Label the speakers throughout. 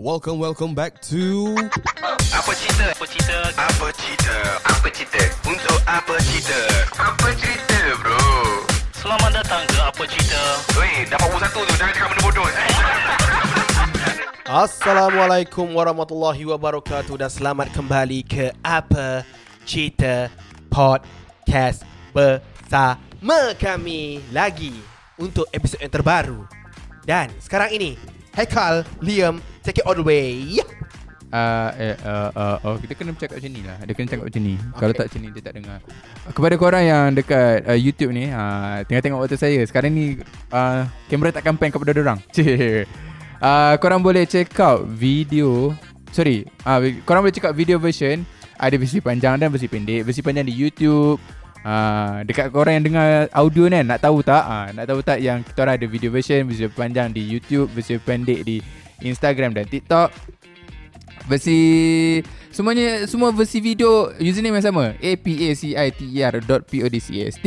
Speaker 1: Welcome, welcome back to
Speaker 2: Apa cerita? Apa cerita? Apa cerita? Apa cerita? Untuk apa cerita? Apa cerita bro?
Speaker 3: Selamat datang ke Apa Cerita
Speaker 2: Weh, dapat pukul satu tu. Jangan cakap benda bodoh. Eh?
Speaker 4: Assalamualaikum warahmatullahi wabarakatuh dan selamat kembali ke Apa Cerita Podcast bersama kami lagi untuk episod yang terbaru. Dan sekarang ini, Hekal, Liam, take it all the way. Yeah.
Speaker 5: Uh, eh, uh, uh, oh, kita kena cakap macam ni lah Dia kena cakap macam ni okay. Kalau tak macam ni dia tak dengar Kepada korang yang dekat uh, YouTube ni uh, Tengah tengok waktu saya Sekarang ni uh, Kamera takkan pan kepada dorang Cik uh, Korang boleh check out video Sorry uh, Korang boleh check out video version Ada versi panjang dan versi pendek Versi panjang di YouTube Uh, dekat korang yang dengar audio ni kan, Nak tahu tak uh, Nak tahu tak yang kita orang ada video version Versi panjang di YouTube Versi pendek di Instagram dan TikTok Versi Semuanya Semua versi video Username yang sama A-P-A-C-I-T-E-R E Dot P-O-D-C-A-S-T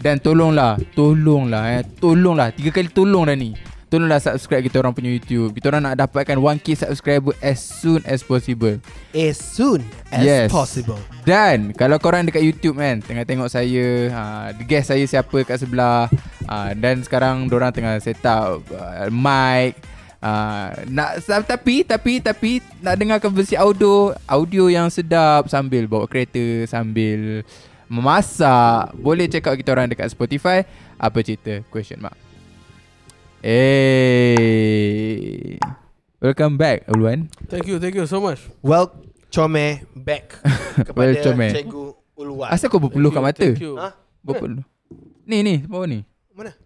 Speaker 5: Dan tolonglah Tolonglah eh Tolonglah Tiga kali tolong dah ni Tolonglah subscribe kita orang punya YouTube Kita orang nak dapatkan 1k subscriber As soon as possible
Speaker 4: As soon as possible.
Speaker 5: Dan kalau korang dekat YouTube kan Tengah tengok saya ha, Guess saya siapa kat sebelah ha, Dan sekarang Diorang tengah set up uh, Mic Uh, nak sa- tapi tapi tapi nak dengarkan versi audio audio yang sedap sambil bawa kereta sambil memasak boleh check out kita orang dekat Spotify apa cerita question mark Hey Welcome back everyone
Speaker 6: Thank you, thank you so much.
Speaker 4: Well, Chome back kepada
Speaker 5: Well, Chome.
Speaker 4: Cikgu Ulwan.
Speaker 5: Asal kau berpeluh kat mata
Speaker 6: Thank you.
Speaker 4: Ha?
Speaker 5: Berpeluh Ni ni bawah ni
Speaker 4: Mana?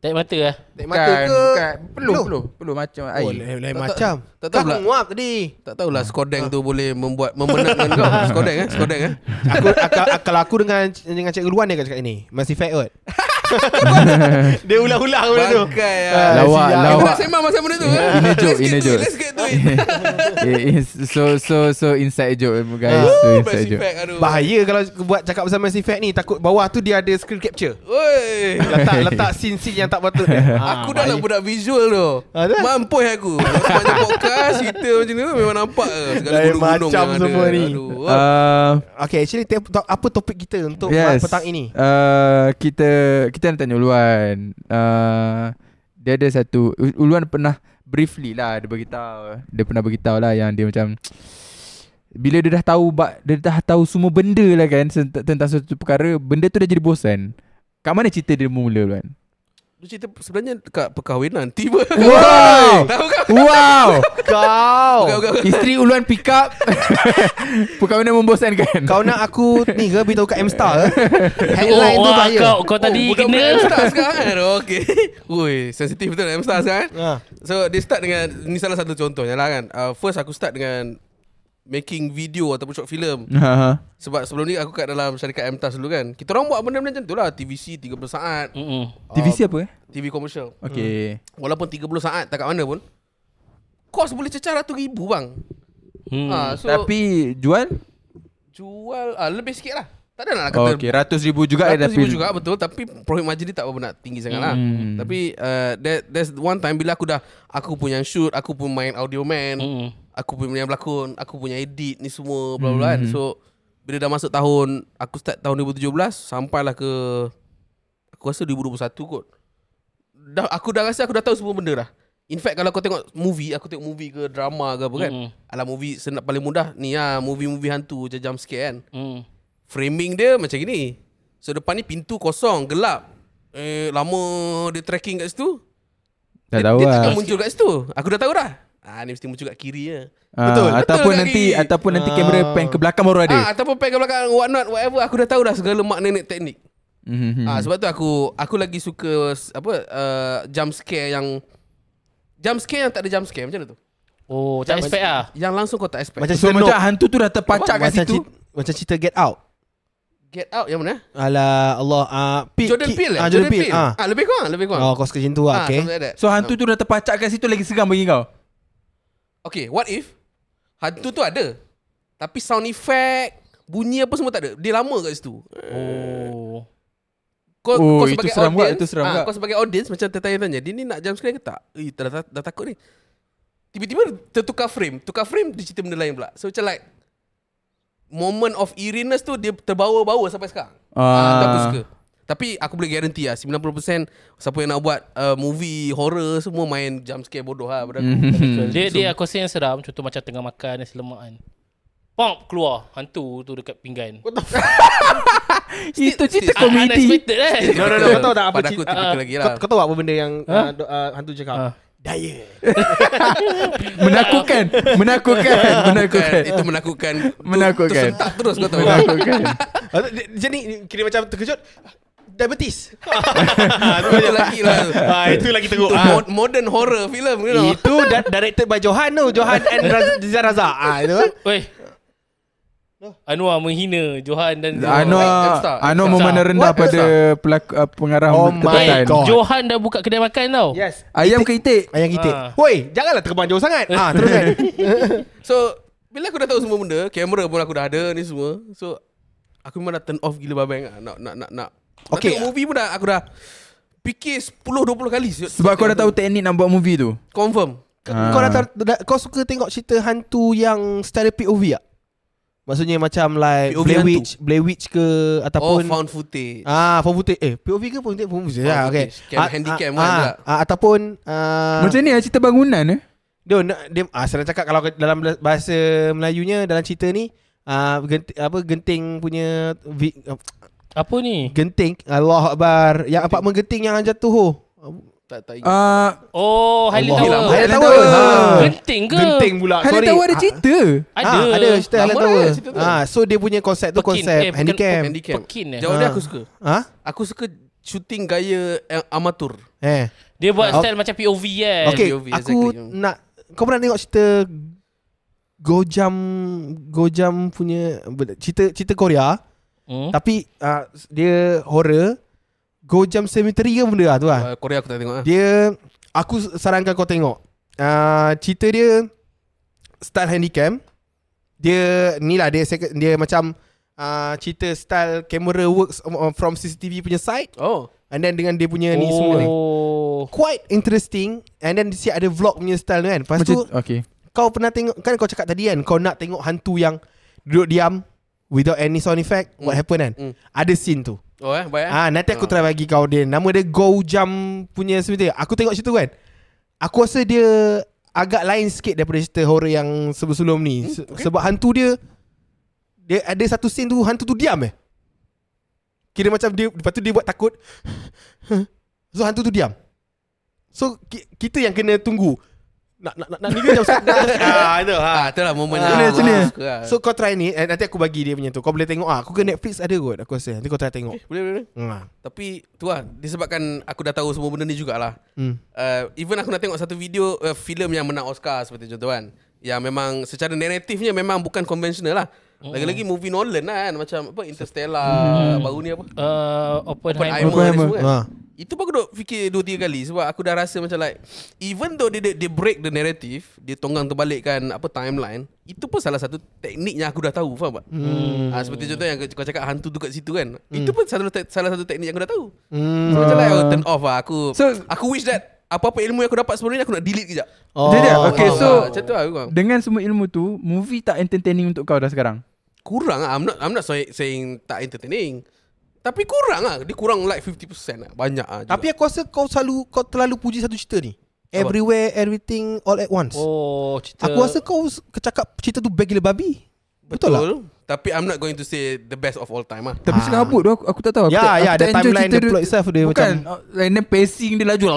Speaker 3: Tarik mata lah
Speaker 4: Tek mata ke?
Speaker 5: bukan. Peluh
Speaker 4: Eh, Peluh?
Speaker 5: peluh Peluh macam
Speaker 4: Oh,
Speaker 5: air
Speaker 4: lain, lain
Speaker 6: Tak-
Speaker 4: macam.
Speaker 6: tak- tak
Speaker 4: Kau
Speaker 6: tahu pula.
Speaker 4: nguap tadi.
Speaker 6: Tak tahulah skodeng tu boleh membuat memenangkan kau. Skodeng eh, skodeng eh.
Speaker 4: aku, aku, aku, kalau aku dengan dengan Cikgu Luan dia akan cakap ini masih fat kot. dia ulang-ulang benda tu.
Speaker 6: Bangkai
Speaker 4: Ah,
Speaker 6: ah.
Speaker 5: Lawak,
Speaker 4: siap.
Speaker 6: Kita
Speaker 5: lawak.
Speaker 6: nak sembang pasal benda tu. eh.
Speaker 5: Ini joke,
Speaker 6: Let's get
Speaker 5: ini
Speaker 6: to it,
Speaker 5: joke.
Speaker 6: Let's get to it.
Speaker 5: Eh, eh, So so so inside joke eh, guys So inside
Speaker 6: Ah, Best
Speaker 5: joke
Speaker 6: effect, aduh.
Speaker 4: Bahaya kalau buat cakap pasal Mass Effect ni Takut bawah tu dia ada screen capture
Speaker 6: Oi.
Speaker 4: Letak letak scene-scene yang tak patut Ah. dia.
Speaker 5: Ah,
Speaker 6: Aku dah lah budak visual tu
Speaker 4: Ah, dah?
Speaker 6: Mampu aku Sepanjang podcast Cerita macam ni Memang nampak ke Segala
Speaker 4: Lain
Speaker 6: gunung-gunung
Speaker 4: macam
Speaker 6: yang ada.
Speaker 4: semua ni.
Speaker 6: Aduh.
Speaker 5: Uh,
Speaker 4: Okay actually te- to- Apa topik kita untuk yes.
Speaker 5: Yes.
Speaker 4: petang ini
Speaker 5: Uh, kita kita nak tanya Uluan. Uh, dia ada satu U- Uluan pernah briefly lah dia beritahu. Dia pernah beritahu lah yang dia macam bila dia dah tahu bak- dia dah tahu semua benda lah kan sent- tentang suatu perkara, benda tu dah jadi bosan. Kat mana cerita dia mula Uluan?
Speaker 6: Dia cerita sebenarnya Dekat perkahwinan Tiba
Speaker 5: Wow!
Speaker 6: Tahu kan
Speaker 5: wow!
Speaker 4: Kau
Speaker 6: Bukan, bukan, bukan.
Speaker 5: Isteri Uluan pick up. Perkawinan membosankan.
Speaker 4: Kau nak aku ni ke Beritahu kat M-Star ke Headline tu
Speaker 3: oh,
Speaker 4: bahaya
Speaker 3: kau, kau tadi
Speaker 6: Budak
Speaker 3: kena
Speaker 6: budak M-Star sekarang kan Okay Ui Sensitif betul M-Star sekarang kan?
Speaker 4: Ha.
Speaker 6: So dia start dengan Ni salah satu contohnya lah kan uh, First aku start dengan Making video Ataupun short film
Speaker 5: Ha, ha.
Speaker 6: Sebab sebelum ni aku kat dalam Syarikat MTAS dulu kan Kita orang buat benda-benda macam tu lah TVC 30 saat
Speaker 3: Mm-mm.
Speaker 6: Oh.
Speaker 5: TVC apa eh?
Speaker 6: TV komersial Hmm.
Speaker 5: Okay.
Speaker 6: Walaupun 30 saat Tak kat mana pun Kos boleh cecah ratus ribu bang
Speaker 3: Hmm.
Speaker 4: Ah,
Speaker 6: ha, So
Speaker 5: Tapi jual?
Speaker 6: Jual ah, Lebih sikit lah Tak ada lah
Speaker 5: Oh,
Speaker 6: kata
Speaker 5: okay, ratus ribu juga eh,
Speaker 6: Ratus ribu
Speaker 5: tapi-
Speaker 6: juga betul Tapi profit margin dia tak berapa nak tinggi sangat lah
Speaker 5: Hmm.
Speaker 6: Tapi uh, that, There's one time Bila aku dah Aku pun yang shoot Aku pun main audio man
Speaker 3: Mm-mm.
Speaker 6: Aku pun yang berlakon Aku punya edit ni semua bla bla kan So Bila dah masuk tahun Aku start tahun 2017 Sampailah ke Aku rasa 2021 kot dah, Aku dah rasa aku dah tahu semua benda dah In fact kalau kau tengok movie Aku tengok movie ke drama ke apa kan
Speaker 3: Mm-mm.
Speaker 6: Alah movie senap paling mudah Ni lah movie-movie hantu je jump scare kan
Speaker 3: Mm.
Speaker 6: Framing dia macam gini So depan ni pintu kosong Gelap Eh lama dia tracking kat situ
Speaker 5: Dah
Speaker 6: dia,
Speaker 5: tahu
Speaker 6: dia
Speaker 5: lah.
Speaker 6: takkan muncul kat situ Aku dah tahu dah Ah ni mesti muncul kat kiri je
Speaker 5: Ah,
Speaker 4: Betul.
Speaker 5: Ataupun
Speaker 6: Betul
Speaker 5: nanti
Speaker 6: lagi.
Speaker 5: ataupun nanti kamera pan ke belakang baru ada.
Speaker 6: ah, Ataupun pack kat belakang What not whatever Aku dah tahu dah segala mak nenek teknik
Speaker 4: Hmm.
Speaker 5: Mhm.
Speaker 6: Ah sebab tu aku aku lagi suka s- apa uh, jump scare yang jump scare yang tak ada jump scare macam mana tu?
Speaker 3: Oh tak expect lah
Speaker 6: Yang langsung kau tak expect.
Speaker 4: Macam
Speaker 5: So
Speaker 4: cerita
Speaker 5: macam
Speaker 4: Nope.
Speaker 5: hantu tu dah terpacak kat
Speaker 4: macam,
Speaker 5: situ.
Speaker 4: cerita- macam cerita Get Out
Speaker 6: Get out yang mana?
Speaker 4: Alah Allah uh, P-
Speaker 6: Jordan
Speaker 4: Ki-
Speaker 6: Peele. eh?
Speaker 4: ah, Jordan Peele ah.
Speaker 6: Ah lebih kurang, lebih kurang. Ah,
Speaker 4: Oh kau suka macam tu lah Okay
Speaker 6: something like that.
Speaker 5: So hantu tu dah terpacak kat situ lagi seram bagi kau.
Speaker 6: Okay, what if hantu tu ada tapi sound effect, bunyi apa semua tak ada. Dia lama kat situ.
Speaker 3: Oh
Speaker 6: Kau,
Speaker 5: Oh,
Speaker 6: kau
Speaker 5: itu
Speaker 6: sebagai
Speaker 5: seram pula,
Speaker 6: audience,
Speaker 5: itu seram
Speaker 6: ah,
Speaker 5: pula.
Speaker 6: kau sebagai audience macam tertanya-tanya, dia ni nak jump scare ke tak? Eh, dah, dah, dah takut ni. Tiba-tiba tertukar frame Tukar frame Dia cerita benda lain pula So macam like Moment of eeriness tu Dia terbawa-bawa sampai sekarang
Speaker 5: Ah.
Speaker 6: Ah, tu Aku suka Tapi aku boleh guarantee lah 90% Siapa yang nak buat uh, Movie horror Semua main jump scare bodoh lah pada
Speaker 5: Mhm.
Speaker 6: aku.
Speaker 4: Hmm,
Speaker 3: Betul. Dia dia aku rasa yang seram contoh macam tengah makan nasi lemak kan. Pop keluar hantu tu dekat pinggan.
Speaker 5: Itu cerita
Speaker 3: Ah,
Speaker 5: komedi.
Speaker 3: Unexpected kan.
Speaker 4: No, no, no. Kau tahu tak apa
Speaker 6: Pada aku
Speaker 4: cerita-
Speaker 6: typical lagi lah
Speaker 4: Kau, kau tahu apa benda yang uh, do- uh, hantu cakap?
Speaker 3: Ah.
Speaker 4: Daya.
Speaker 5: Menakutkan, menakutkan,
Speaker 6: Bukan,
Speaker 5: menakutkan.
Speaker 6: Itu menakutkan
Speaker 5: Menakutkan.
Speaker 6: Tersentak terus kau tahu
Speaker 5: Menakutkan.
Speaker 4: Ah, dia- dia- Dia ni kira macam terkejut. Diabetes.
Speaker 6: Itu lagi lah
Speaker 4: Ah, itu lagi teruk.
Speaker 6: Itu lah.
Speaker 4: Ah.
Speaker 6: mo- modern horror film you know.
Speaker 4: Itu da- directed by Johan tu Johan and Raz- Rizal Razak ah, itu.
Speaker 3: Weh. Anwar menghina Johan dan
Speaker 5: Anwar
Speaker 6: Extra,
Speaker 5: Anwar
Speaker 3: extra.
Speaker 5: memen rendah
Speaker 6: What?
Speaker 5: pada pelak, uh, pengarah
Speaker 4: Oh my
Speaker 5: kebetulan.
Speaker 4: God.
Speaker 3: Johan dah buka kedai makan tau.
Speaker 4: Yes
Speaker 5: Ayam ke itik
Speaker 4: Ayang kita
Speaker 3: Ah.
Speaker 4: Woi janganlah terbang jauh sangat ah, Terus kan
Speaker 6: So Bila aku dah tahu semua benda Kamera pun aku dah ada Ni semua So Aku memang dah turn off gila babang lah. Nak nak nak nak
Speaker 4: Okay.
Speaker 6: Nak tengok movie pun dah Aku dah Fikir 10-20 kali siut.
Speaker 5: Sebab kau dah tahu teknik nak buat movie tu
Speaker 6: Confirm
Speaker 5: Ah.
Speaker 4: Kau dah, tar- dah- Kau suka tengok cerita hantu yang Style POV tak? Maksudnya macam like
Speaker 6: POV
Speaker 4: Blair
Speaker 6: hantu.
Speaker 4: Witch Blair Witch ke
Speaker 6: Oh
Speaker 4: Ataupun
Speaker 6: found footage
Speaker 4: Ah, phone footage. Eh, POV ke phone footage? Phone footage.
Speaker 6: Phone
Speaker 4: Ah, okay.
Speaker 6: footage. Cam-
Speaker 4: ah,
Speaker 6: handycam kan
Speaker 4: ah,
Speaker 6: pula.
Speaker 4: ah, ataupun ah,
Speaker 5: Macam ni lah cerita bangunan eh
Speaker 4: dia, nak- dia ah, senang cakap kalau ke- dalam bahasa Melayunya dalam cerita ni ah, genting, apa genting punya vi, ah,
Speaker 3: Apa ni?
Speaker 4: genting Allah Akbar yang apartmen genting yang jatuh oh. ho.
Speaker 6: Tak tak ingat
Speaker 4: Ah,
Speaker 3: Oh,
Speaker 5: uh,
Speaker 3: Highland
Speaker 5: Allah.
Speaker 3: Tower. Ha.
Speaker 5: Highland
Speaker 4: Highland
Speaker 5: Tower.
Speaker 4: Tower. Ah.
Speaker 3: Genting ke?
Speaker 4: Genting pula.
Speaker 5: Hanya
Speaker 4: Ah, Sorry.
Speaker 5: tahu ada cerita
Speaker 4: Ah,
Speaker 3: Ada.
Speaker 4: ah, ada cerita Highland
Speaker 6: Lama
Speaker 4: Tower.
Speaker 6: eh, cerita tu.
Speaker 4: Ah, so dia punya konsep tu
Speaker 3: Pekin. Eh,
Speaker 4: konsep
Speaker 3: bukan
Speaker 4: handycam.
Speaker 6: Handicam
Speaker 3: Pekin eh?
Speaker 6: Jawab dia
Speaker 4: Ah.
Speaker 6: aku suka
Speaker 4: Ah?
Speaker 6: Aku suka Shooting gaya eh, amatur
Speaker 4: Eh.
Speaker 3: Dia buat
Speaker 4: Ah.
Speaker 3: style macam POV kan.
Speaker 4: Okay,
Speaker 6: POV,
Speaker 4: aku
Speaker 6: exactly.
Speaker 4: nak kau pernah tengok cerita Gojam Gojam punya cerita cerita Korea
Speaker 3: Hmm?
Speaker 4: tapi uh, dia horror Gojam Cemetery ke benda lah tu lah.
Speaker 6: uh, Korea aku tak tengok lah
Speaker 4: Dia aku sarankan kau tengok. Uh, cerita dia style handycam. Dia ni lah dia sek- dia macam uh, cerita style camera works on- on- from CCTV punya side
Speaker 6: Oh
Speaker 4: and then dengan dia punya ni semua ni.
Speaker 3: Oh.
Speaker 4: Quite interesting and then dia ada vlog punya style tu kan. Lepas
Speaker 5: Macam
Speaker 4: tu
Speaker 5: Okay
Speaker 4: kau pernah tengok kan kau cakap tadi kan kau nak tengok hantu yang duduk diam without any sound effect what happen kan
Speaker 6: Mm.
Speaker 4: ada scene tu
Speaker 6: Oh eh baik eh
Speaker 4: ah nanti aku try bagi kau dia nama dia Go Jam punya cerita aku tengok cerita kan aku rasa dia agak lain sikit daripada cerita horror yang sebelum-sebelum ni Se- sebab hantu dia dia ada satu scene tu hantu tu diam eh kira macam dia lepas tu dia buat takut so hantu tu diam so ki- kita yang kena tunggu nak nak nak, nak ni ke jam satu ah itu ha
Speaker 6: Ah, itulah momen
Speaker 4: Ah, sini,
Speaker 6: yang aku
Speaker 5: sini.
Speaker 6: suka lah.
Speaker 4: So kau try ni eh, Nanti aku bagi dia punya tu Kau boleh tengok ah. Aku ke Netflix ada kot Aku rasa Nanti kau try tengok
Speaker 6: Boleh boleh boleh
Speaker 4: hmm.
Speaker 6: Tapi tu lah Disebabkan aku dah tahu semua benda ni jugalah
Speaker 4: Hmm.
Speaker 6: uh, Even aku nak tengok satu video uh, Filem yang menang Oscar Seperti contoh kan Yang memang Secara naratifnya Memang bukan konvensional lah Lagi-lagi movie Nolan lah kan Macam apa Interstellar
Speaker 4: Hmm.
Speaker 6: Baru ni apa
Speaker 3: Uh, Oppenheimer.
Speaker 6: Oppenheimer ni
Speaker 5: Oppenheimer.
Speaker 6: semua kan
Speaker 4: Ha.
Speaker 6: Itu pun aku duk fikir Dua tiga kali Sebab aku dah rasa macam like Even though dia, dia, dia break the narrative Dia tonggang terbalikkan Apa timeline Itu pun salah satu Teknik yang aku dah tahu Faham tak hmm. ha, Seperti contoh yang kau cakap Hantu tu kat situ kan Itu pun salah, salah satu teknik yang aku dah tahu
Speaker 4: Hmm.
Speaker 6: So macam like I'll turn off lah Aku so,
Speaker 5: So-
Speaker 6: Aku wish that Apa-apa ilmu yang aku dapat sebelum ni Aku nak delete kejap
Speaker 4: Oh,
Speaker 5: Dia dia- okay,
Speaker 6: Faham
Speaker 5: so-
Speaker 6: tak? Macam tu lah aku faham.
Speaker 5: Dengan semua ilmu tu Movie tak entertaining untuk kau dah sekarang
Speaker 6: Kurang lah I'm not, I'm not saying, saying Tak entertaining Tapi kurang lah Dia kurang like 50% lah Banyak lah juga.
Speaker 4: Tapi aku rasa kau selalu Kau terlalu puji satu cerita ni Everywhere Everything All at once
Speaker 3: Oh, cerita.
Speaker 4: Aku rasa kau s- Kecakap cerita tu Bagi babi Betul, lah
Speaker 6: Tapi I'm not going to say The best of all time lah
Speaker 5: Tapi
Speaker 4: Ah.
Speaker 5: cakap abut tu aku, aku tak tahu aku
Speaker 4: Ya,
Speaker 5: tak,
Speaker 4: ya,
Speaker 5: aku
Speaker 4: the
Speaker 5: tak enjoy
Speaker 4: timeline,
Speaker 5: cerita
Speaker 4: the plot itself dia
Speaker 5: Bukan
Speaker 4: macam-
Speaker 5: macam, And then pacing dia laju lah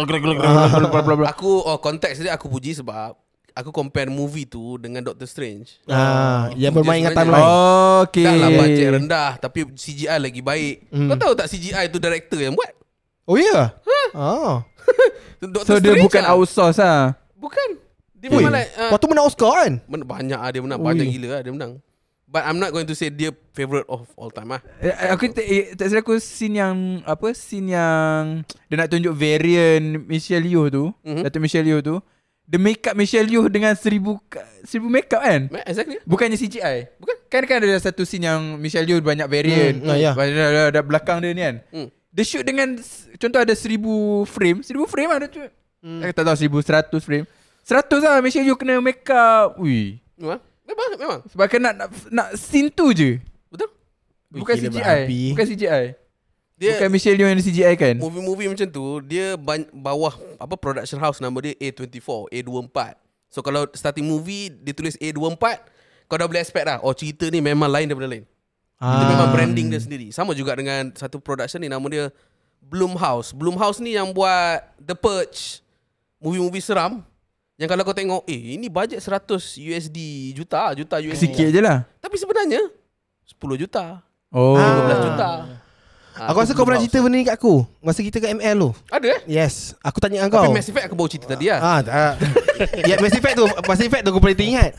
Speaker 6: Aku oh, Konteks dia aku puji sebab Aku compare movie tu Dengan Doctor Strange
Speaker 4: ah, Yang
Speaker 6: Itu
Speaker 4: bermain dengan
Speaker 6: dia sebenarnya.
Speaker 4: timeline
Speaker 5: Okay
Speaker 6: Dah lah budget rendah Tapi CGI lagi baik
Speaker 4: Hmm.
Speaker 6: Kau tahu tak CGI tu director yang buat
Speaker 4: Oh ya yeah. Oh
Speaker 5: So
Speaker 6: Doctor
Speaker 5: dia
Speaker 6: Strange
Speaker 5: bukan
Speaker 6: lah.
Speaker 5: outsource lah
Speaker 6: Bukan Dia
Speaker 4: Ui,
Speaker 6: memang like uh,
Speaker 4: Waktu menang Oscar kan
Speaker 6: Men- banyak ah dia menang banyak gila ah dia menang. But I'm not going to say dia favorite of all time ah.
Speaker 5: Eh, Aku tak, eh, tak silap aku scene yang apa scene yang dia nak tunjuk variant Michelle Yeoh tu,
Speaker 6: Mhm.
Speaker 5: mm-hmm. Dato' Michelle Yeoh tu. The makeup Michelle Yeoh dengan seribu ka- seribu makeup kan?
Speaker 6: Ma- Exactly.
Speaker 5: Bukannya CGI. Bukan. Kan kan ada satu scene yang Michelle Yeoh banyak variant.
Speaker 4: Hmm, ah, ya.
Speaker 5: Banyak ada, ada belakang dia ni kan.
Speaker 6: Hmm.
Speaker 5: Dia shoot dengan s- contoh ada Eh, seribu frame, seribu frame ada tu. Mm. tak tahu seribu seratus frame. Seratus lah Make sure you kena make up Ui
Speaker 6: Memang Memang Memang
Speaker 5: Sebab kan nak, nak, nak Scene tu je
Speaker 6: Betul
Speaker 5: Bukan
Speaker 4: Gila,
Speaker 5: CGI
Speaker 4: babi.
Speaker 5: Bukan CGI
Speaker 6: Dia Oh,
Speaker 5: Bukan Michelle Yeoh yang CGI kan
Speaker 6: movie-movie macam tu Dia ban- bawah Apa production house Nama dia A24 A24 So kalau starting movie Dia tulis A24 Kau dah boleh expect lah Oh cerita ni memang lain daripada lain Itu
Speaker 4: Ah.
Speaker 6: memang branding dia sendiri. Sama juga dengan satu production ni nama dia Bloomhouse. Bloomhouse ni yang buat The Purge. Movie-movie seram. Yang kalau kau tengok, eh ini bajet 100 USD juta, juta USD.
Speaker 5: Sikit je lah
Speaker 6: Tapi sebenarnya 10 juta,
Speaker 5: Oh
Speaker 6: 15 juta. Ah,
Speaker 4: Aku rasa
Speaker 6: tu
Speaker 4: kau pernah
Speaker 6: Bloomhouse.
Speaker 4: cerita benda ni kat aku. Masa kita kat ML tu.
Speaker 6: Ada eh?
Speaker 4: Yes. Aku tanya
Speaker 6: Tapi
Speaker 4: kau.
Speaker 6: Mass Effect aku baru cerita tadi lah.
Speaker 4: Ah, tak. ya, Mass Effect tu, Mass Effect tu aku boleh teringat.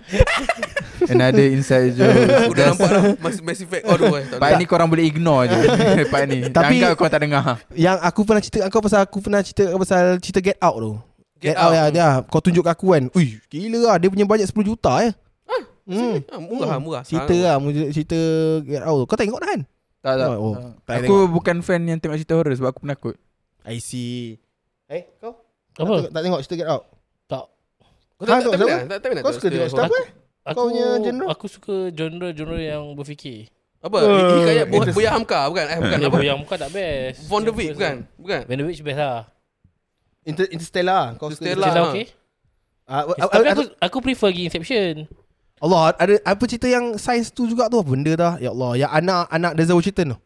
Speaker 5: Another inside joke
Speaker 6: Aku dah nampak dah Mass, Mass Effect. Oh, aduh, eh, tak
Speaker 5: Part
Speaker 6: boleh.
Speaker 5: ni korang boleh ignore je Part ni
Speaker 4: Tapi-
Speaker 5: Tapi Anggap korang tak dengar
Speaker 4: Yang aku pernah cerita kat kau pasal aku pernah cerita kau pasal cerita Get Out tu. Get,
Speaker 6: Get
Speaker 4: Out,
Speaker 6: Out.
Speaker 4: ya, dia. Kau tunjuk kat aku kan. Ui, gila lah dia punya bajet 10 juta ya. Hmm.
Speaker 6: Ah, murah, murah.
Speaker 4: Cerita lah mu- Cerita Get Out tu Kau tengok kan
Speaker 5: Tak tak
Speaker 4: Oh, oh. Tak
Speaker 5: Aku bukan fan yang tengok cerita horror Sebab aku penakut
Speaker 4: I see Eh kau
Speaker 3: Apa?
Speaker 4: Tak, tak tengok cerita Get Out
Speaker 3: Tak.
Speaker 4: Ha,
Speaker 6: Kau tak, tak,
Speaker 4: kau
Speaker 6: tak, minat?
Speaker 4: siapa?
Speaker 6: tak, tak minat
Speaker 4: Kau
Speaker 6: tengok
Speaker 4: suka tengok cerita apa eh? Kau punya genre?
Speaker 3: Aku suka genre-genre yang berfikir.
Speaker 6: Apa? Hikayat Buya- Buya Hamka bukan? Eh, bukan.
Speaker 3: Kan
Speaker 6: Apa?
Speaker 3: apa yang bukan tak best.
Speaker 6: Von kan? der Wijk bukan? Bukan.
Speaker 3: Von der Wijk best lah.
Speaker 4: Inter Interstellar Kau suka Interstellar
Speaker 6: Interstellar.
Speaker 3: Cerita
Speaker 6: ha.
Speaker 3: okey.
Speaker 4: Ah, ah,
Speaker 3: Tapi
Speaker 4: ah,
Speaker 3: aku aku prefer lagi Inception.
Speaker 4: Allah ada apa cerita yang saiz tu juga tu apa benda dah ya Allah yang anak anak Denzel Washington tu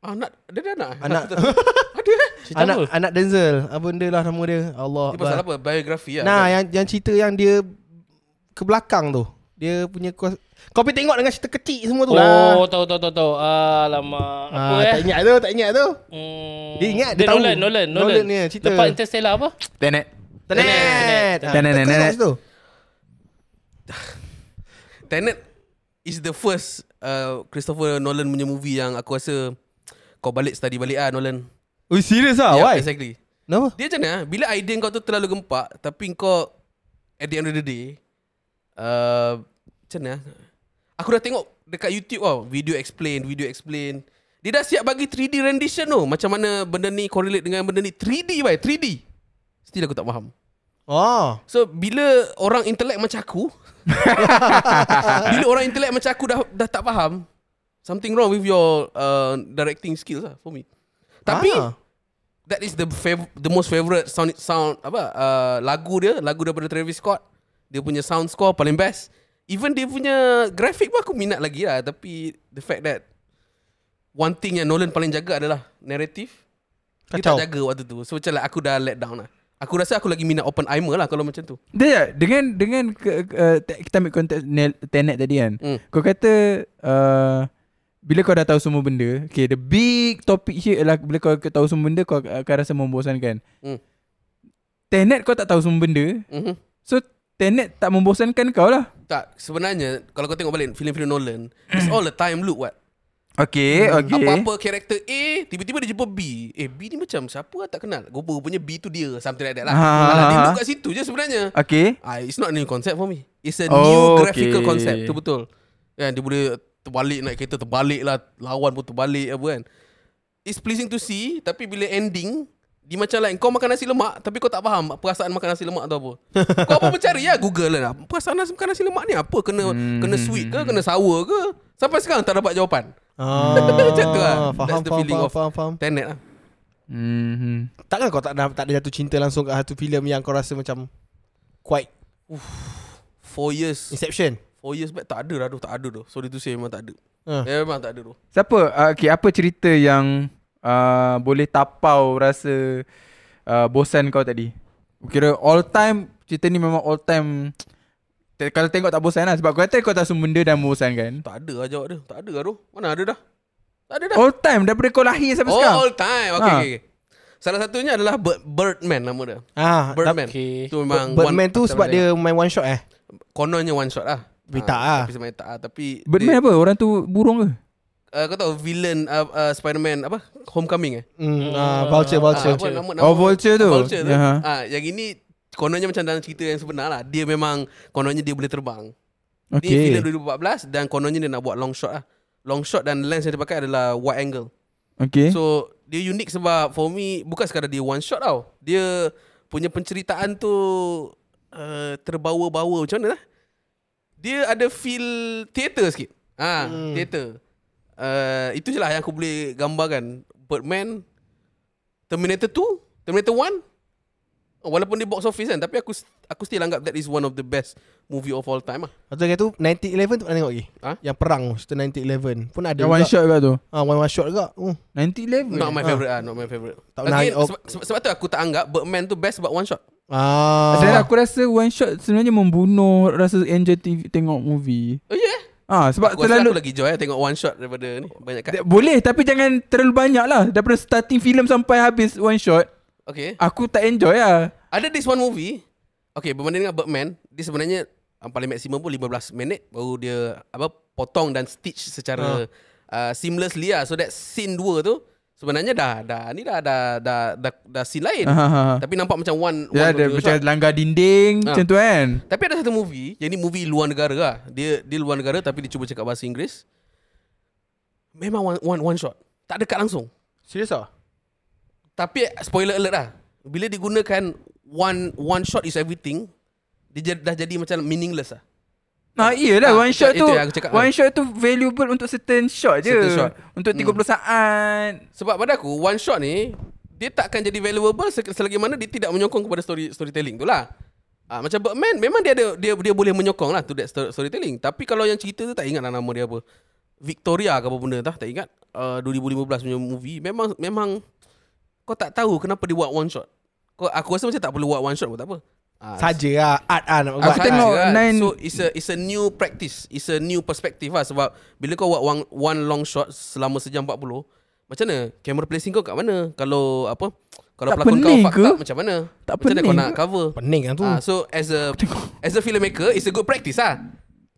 Speaker 6: Anak Ah, dia ada anak.
Speaker 4: Anak.
Speaker 6: Aku tak tahu. ada eh?
Speaker 3: Cerita
Speaker 4: anak
Speaker 3: apa?
Speaker 4: anak Denzel apa benda lah nama dia Allah
Speaker 6: Dia pasal apa? Biografi lah.
Speaker 4: nah ya. yang yang cerita yang dia ke belakang tu dia punya kuas... kau pergi tengok dengan cerita kecil semua
Speaker 3: Oh,
Speaker 4: tu lah
Speaker 3: tahu tahu tahu tahu. Alamak. Apa
Speaker 4: Ah,
Speaker 3: eh?
Speaker 4: tak ingat tu tak ingat tu
Speaker 3: Hmm.
Speaker 4: Dia ingat, dia
Speaker 3: dia
Speaker 4: tahu.
Speaker 3: Nolan, Nolan, Nolan.
Speaker 4: Nolan ni eh, cerita. Eh.
Speaker 3: Lepas Interstellar apa?
Speaker 5: Tenet
Speaker 4: Tenet
Speaker 3: Tenet.
Speaker 4: Ah,
Speaker 5: Tenet,
Speaker 4: kau
Speaker 5: Tenet.
Speaker 4: tengok situ.
Speaker 6: Tenet is the first uh, Christopher Nolan punya movie yang aku rasa kau balik study balik ah Nolan.
Speaker 4: Ui serius ah
Speaker 6: Yeah,
Speaker 4: why
Speaker 6: Exactly.
Speaker 4: Kenapa
Speaker 6: Dia macam mana? eh? Bila idea kau tu terlalu gempak tapi kau at the end of the day uh, macam mana? Aku dah tengok dekat YouTube tau video explain, video explain. Dia dah siap bagi 3D rendition tu. Macam mana benda ni correlate dengan benda ni 3D bhai, 3D. Still aku tak faham.
Speaker 4: oh
Speaker 6: So bila orang intelek macam aku Bila orang intelek macam aku dah dah tak faham Something wrong with your uh, directing skills lah for me Tapi
Speaker 4: Ah.
Speaker 6: that is the fav- the most favorite sound sound apa uh, lagu dia lagu daripada Travis Scott dia punya sound score paling best even dia punya grafik pun aku minat lagi lah tapi the fact that one thing yang Nolan paling jaga adalah narrative dia
Speaker 4: Kacau.
Speaker 6: tak jaga waktu tu so macam like aku dah let down lah aku rasa aku lagi minat Oppenheimer lah kalau macam tu
Speaker 5: Dia dengan dengan ke, ke, uh, kita ambil konteks nel- tenet tadi kan.
Speaker 6: Hmm.
Speaker 5: Mm. Kau kata uh, bila kau dah tahu semua benda, okay the big topic here ialah bila kau tahu semua benda kau akan rasa membosankan.
Speaker 6: Hmm.
Speaker 5: Mm. Tenet kau tak tahu semua benda.
Speaker 6: Mhm.
Speaker 5: So tenet tak membosankan kau lah.
Speaker 6: tak sebenarnya kalau kau tengok balik filem-filem Nolan it's all a time loop what Hmm,
Speaker 5: Okay, Mm. Eh, okay.
Speaker 6: Apa-apa karakter A Tiba-tiba dia jumpa B Eh B ni macam Siapa lah tak kenal Rupa-rupanya B tu dia Something like that lah
Speaker 5: Ha, ha,
Speaker 6: Malah dia
Speaker 5: ha.
Speaker 6: look kat situ je sebenarnya
Speaker 5: Okay.
Speaker 6: ah, It's not a new concept for me It's a
Speaker 5: Oh,
Speaker 6: new graphical
Speaker 5: okay.
Speaker 6: concept Tu betul kan, Dia boleh terbalik naik kereta Terbalik lah Lawan pun terbalik apa kan It's pleasing to see Tapi bila ending Dia macam like Kau makan nasi lemak Tapi kau tak faham Perasaan makan nasi lemak tu apa Kau apa mencari ya Google lah Perasaan nasi makan nasi lemak ni apa Kena
Speaker 5: Hmm.
Speaker 6: kena sweet ke Kena sour ke Sampai sekarang tak dapat jawapan
Speaker 4: Ah,
Speaker 6: Macam tu lah.
Speaker 4: Faham,
Speaker 6: That's the
Speaker 4: faham,
Speaker 6: feeling
Speaker 4: faham,
Speaker 6: of-
Speaker 4: faham, faham.
Speaker 6: Tenet lah
Speaker 5: Mm-hmm.
Speaker 4: Takkan kau tak, ada- tak ada jatuh cinta langsung kat satu filem yang kau rasa macam quite
Speaker 6: Four years
Speaker 4: Inception?
Speaker 6: Four years back tak ada lah tu Tak ada tu Sorry to say memang tak ada
Speaker 4: Ah.
Speaker 6: eh, Memang tak ada tu
Speaker 5: Siapa? Uh, okay, apa cerita yang uh, boleh tapau rasa uh, bosan kau tadi? Kira all time, cerita ni memang all time. Te- Kalau tengok tak bosan lah. Sebab kau kata kau tak semua benda kan? dah membosankan.
Speaker 6: Tak ada lah jawab dia Tak ada lah tu Mana ada dah Tak ada dah
Speaker 5: All time, daripada kau lahir sampai
Speaker 6: Oh,
Speaker 5: sekarang.
Speaker 6: all time okay,
Speaker 5: Ha.
Speaker 6: okay, okay. Salah satunya adalah Bird, Birdman nama dia
Speaker 4: Ah,
Speaker 6: Birdman
Speaker 3: okay.
Speaker 6: Tu memang
Speaker 4: Birdman
Speaker 6: one-
Speaker 4: tu sebab dia main one shot eh?
Speaker 6: Kononnya one shot lah
Speaker 4: Tapi
Speaker 6: Ah,
Speaker 4: tak lah.
Speaker 6: Tapi sebenarnya tak lah Tapi
Speaker 5: Birdman
Speaker 6: dia,
Speaker 5: apa? Orang tu burung ke?
Speaker 6: uh, Kau tahu villain uh, uh, Spider-Man apa Homecoming eh
Speaker 4: Hmm, ah, vulture, vulture.
Speaker 6: Ah, apa nama,
Speaker 5: Oh, Vulture tu.
Speaker 6: Vulture tu.
Speaker 5: Ya, ha.
Speaker 6: Ah, yang ini kononnya macam dalam cerita yang sebenar lah. Dia memang kononnya dia boleh terbang. Ni
Speaker 5: Okay.
Speaker 6: filem 2014 dan kononnya dia nak buat long shot lah. Long shot dan lens yang dia pakai adalah wide angle.
Speaker 5: Okay. So,
Speaker 6: So dia unik sebab for me bukan sekadar dia one shot tau. Dia punya penceritaan tu uh, terbawa-bawa macam mana lah. Dia ada feel theater sikit. Ha, hmm. theater. Uh, itu je lah yang aku boleh gambarkan. Birdman, Terminator 2, Terminator 1. Walaupun dia box office kan, tapi aku aku still anggap that is one of the best movie of all time lah.
Speaker 4: Lepas tu kata tu 1911 tu pernah tengok lagi
Speaker 6: Ha?
Speaker 4: Yang perang tu cerita 1911 Pun ada
Speaker 5: Yang one
Speaker 4: juga.
Speaker 5: shot juga tu
Speaker 4: Ah, one, one shot juga oh.
Speaker 5: 90 level
Speaker 6: Not my favourite ah, not my favourite.
Speaker 4: Tak pernah-
Speaker 6: Again,
Speaker 4: oh.
Speaker 6: sebab, sebab, sebab tu aku tak anggap Birdman tu best sebab one shot.
Speaker 4: ah.
Speaker 5: Saya aku rasa one shot sebenarnya membunuh rasa enjoy TV, tengok movie.
Speaker 6: Oh yeah.
Speaker 5: Ah sebab
Speaker 6: Aku rasa
Speaker 5: terlalu
Speaker 6: aku lagi joy eh, tengok one shot daripada ni banyak kat.
Speaker 5: Tak, Boleh tapi jangan terlalu banyak lah Daripada starting filem sampai habis one shot
Speaker 6: Okay.
Speaker 5: Aku tak enjoy lah
Speaker 6: Ada this one movie Okay berbanding dengan Birdman Dia sebenarnya um, Paling maksimum pun 15 minit Baru dia Apa Potong dan stitch secara
Speaker 5: Ah.
Speaker 6: uh, Seamlessly lah So that scene 2 tu Sebenarnya dah dah Ni dah dah Dah, dah, dah scene
Speaker 5: Ha,
Speaker 6: lain
Speaker 5: ha, ha.
Speaker 6: Tapi nampak macam one,
Speaker 5: Ya ada
Speaker 6: one continuous
Speaker 5: macam
Speaker 6: shot.
Speaker 5: langgar dinding
Speaker 6: Ah.
Speaker 5: Macam tu kan
Speaker 6: Tapi ada satu movie Yang ni movie luar negara lah Dia dia luar negara Tapi dia cuba cakap bahasa Inggeris Memang one, one, one shot Tak dekat langsung
Speaker 4: Serius lah
Speaker 6: Tapi spoiler alert lah Bila digunakan One one shot is everything Dia j- dah jadi macam meaningless lah
Speaker 5: Nah Ha, iyalah
Speaker 6: Ah,
Speaker 5: one
Speaker 6: itu-
Speaker 5: shot
Speaker 6: itu
Speaker 5: tu
Speaker 6: yang aku cakap
Speaker 5: One
Speaker 6: kan.
Speaker 5: shot tu valuable untuk certain shot je
Speaker 6: Certain shot.
Speaker 5: Untuk 30 saat
Speaker 6: Sebab pada aku One shot ni Dia takkan jadi valuable se- Selagi mana dia tidak menyokong Kepada story storytelling tu lah Ah, macam Batman memang dia ada dia dia boleh menyokong lah to that story, storytelling. Tapi kalau yang cerita tu tak ingat lah nama dia apa. Victoria ke apa benda tah tak ingat. Uh, 2015 punya movie memang memang kau tak tahu kenapa dia buat one shot. Kau aku rasa macam tak perlu buat one shot pun tak apa. Ah,
Speaker 4: Saja lah Art lah nak buat
Speaker 5: Aku
Speaker 6: Aku
Speaker 5: tengok
Speaker 6: tengok kan.
Speaker 5: nine-
Speaker 6: So it's a it's a new practice It's a new perspective lah Sebab bila kau buat one, one long shot Selama sejam 40 Macam mana Camera placing kau kat mana Kalau apa Kalau
Speaker 5: Tak
Speaker 6: pelakon kau
Speaker 5: pening
Speaker 6: fuck
Speaker 5: ke?
Speaker 6: up Macam mana
Speaker 5: Tak
Speaker 6: Macam mana kau
Speaker 5: pening
Speaker 6: nak
Speaker 5: ke?
Speaker 6: cover
Speaker 4: Pening lah tu
Speaker 6: Ah, So as a As a filmmaker It's a good practice lah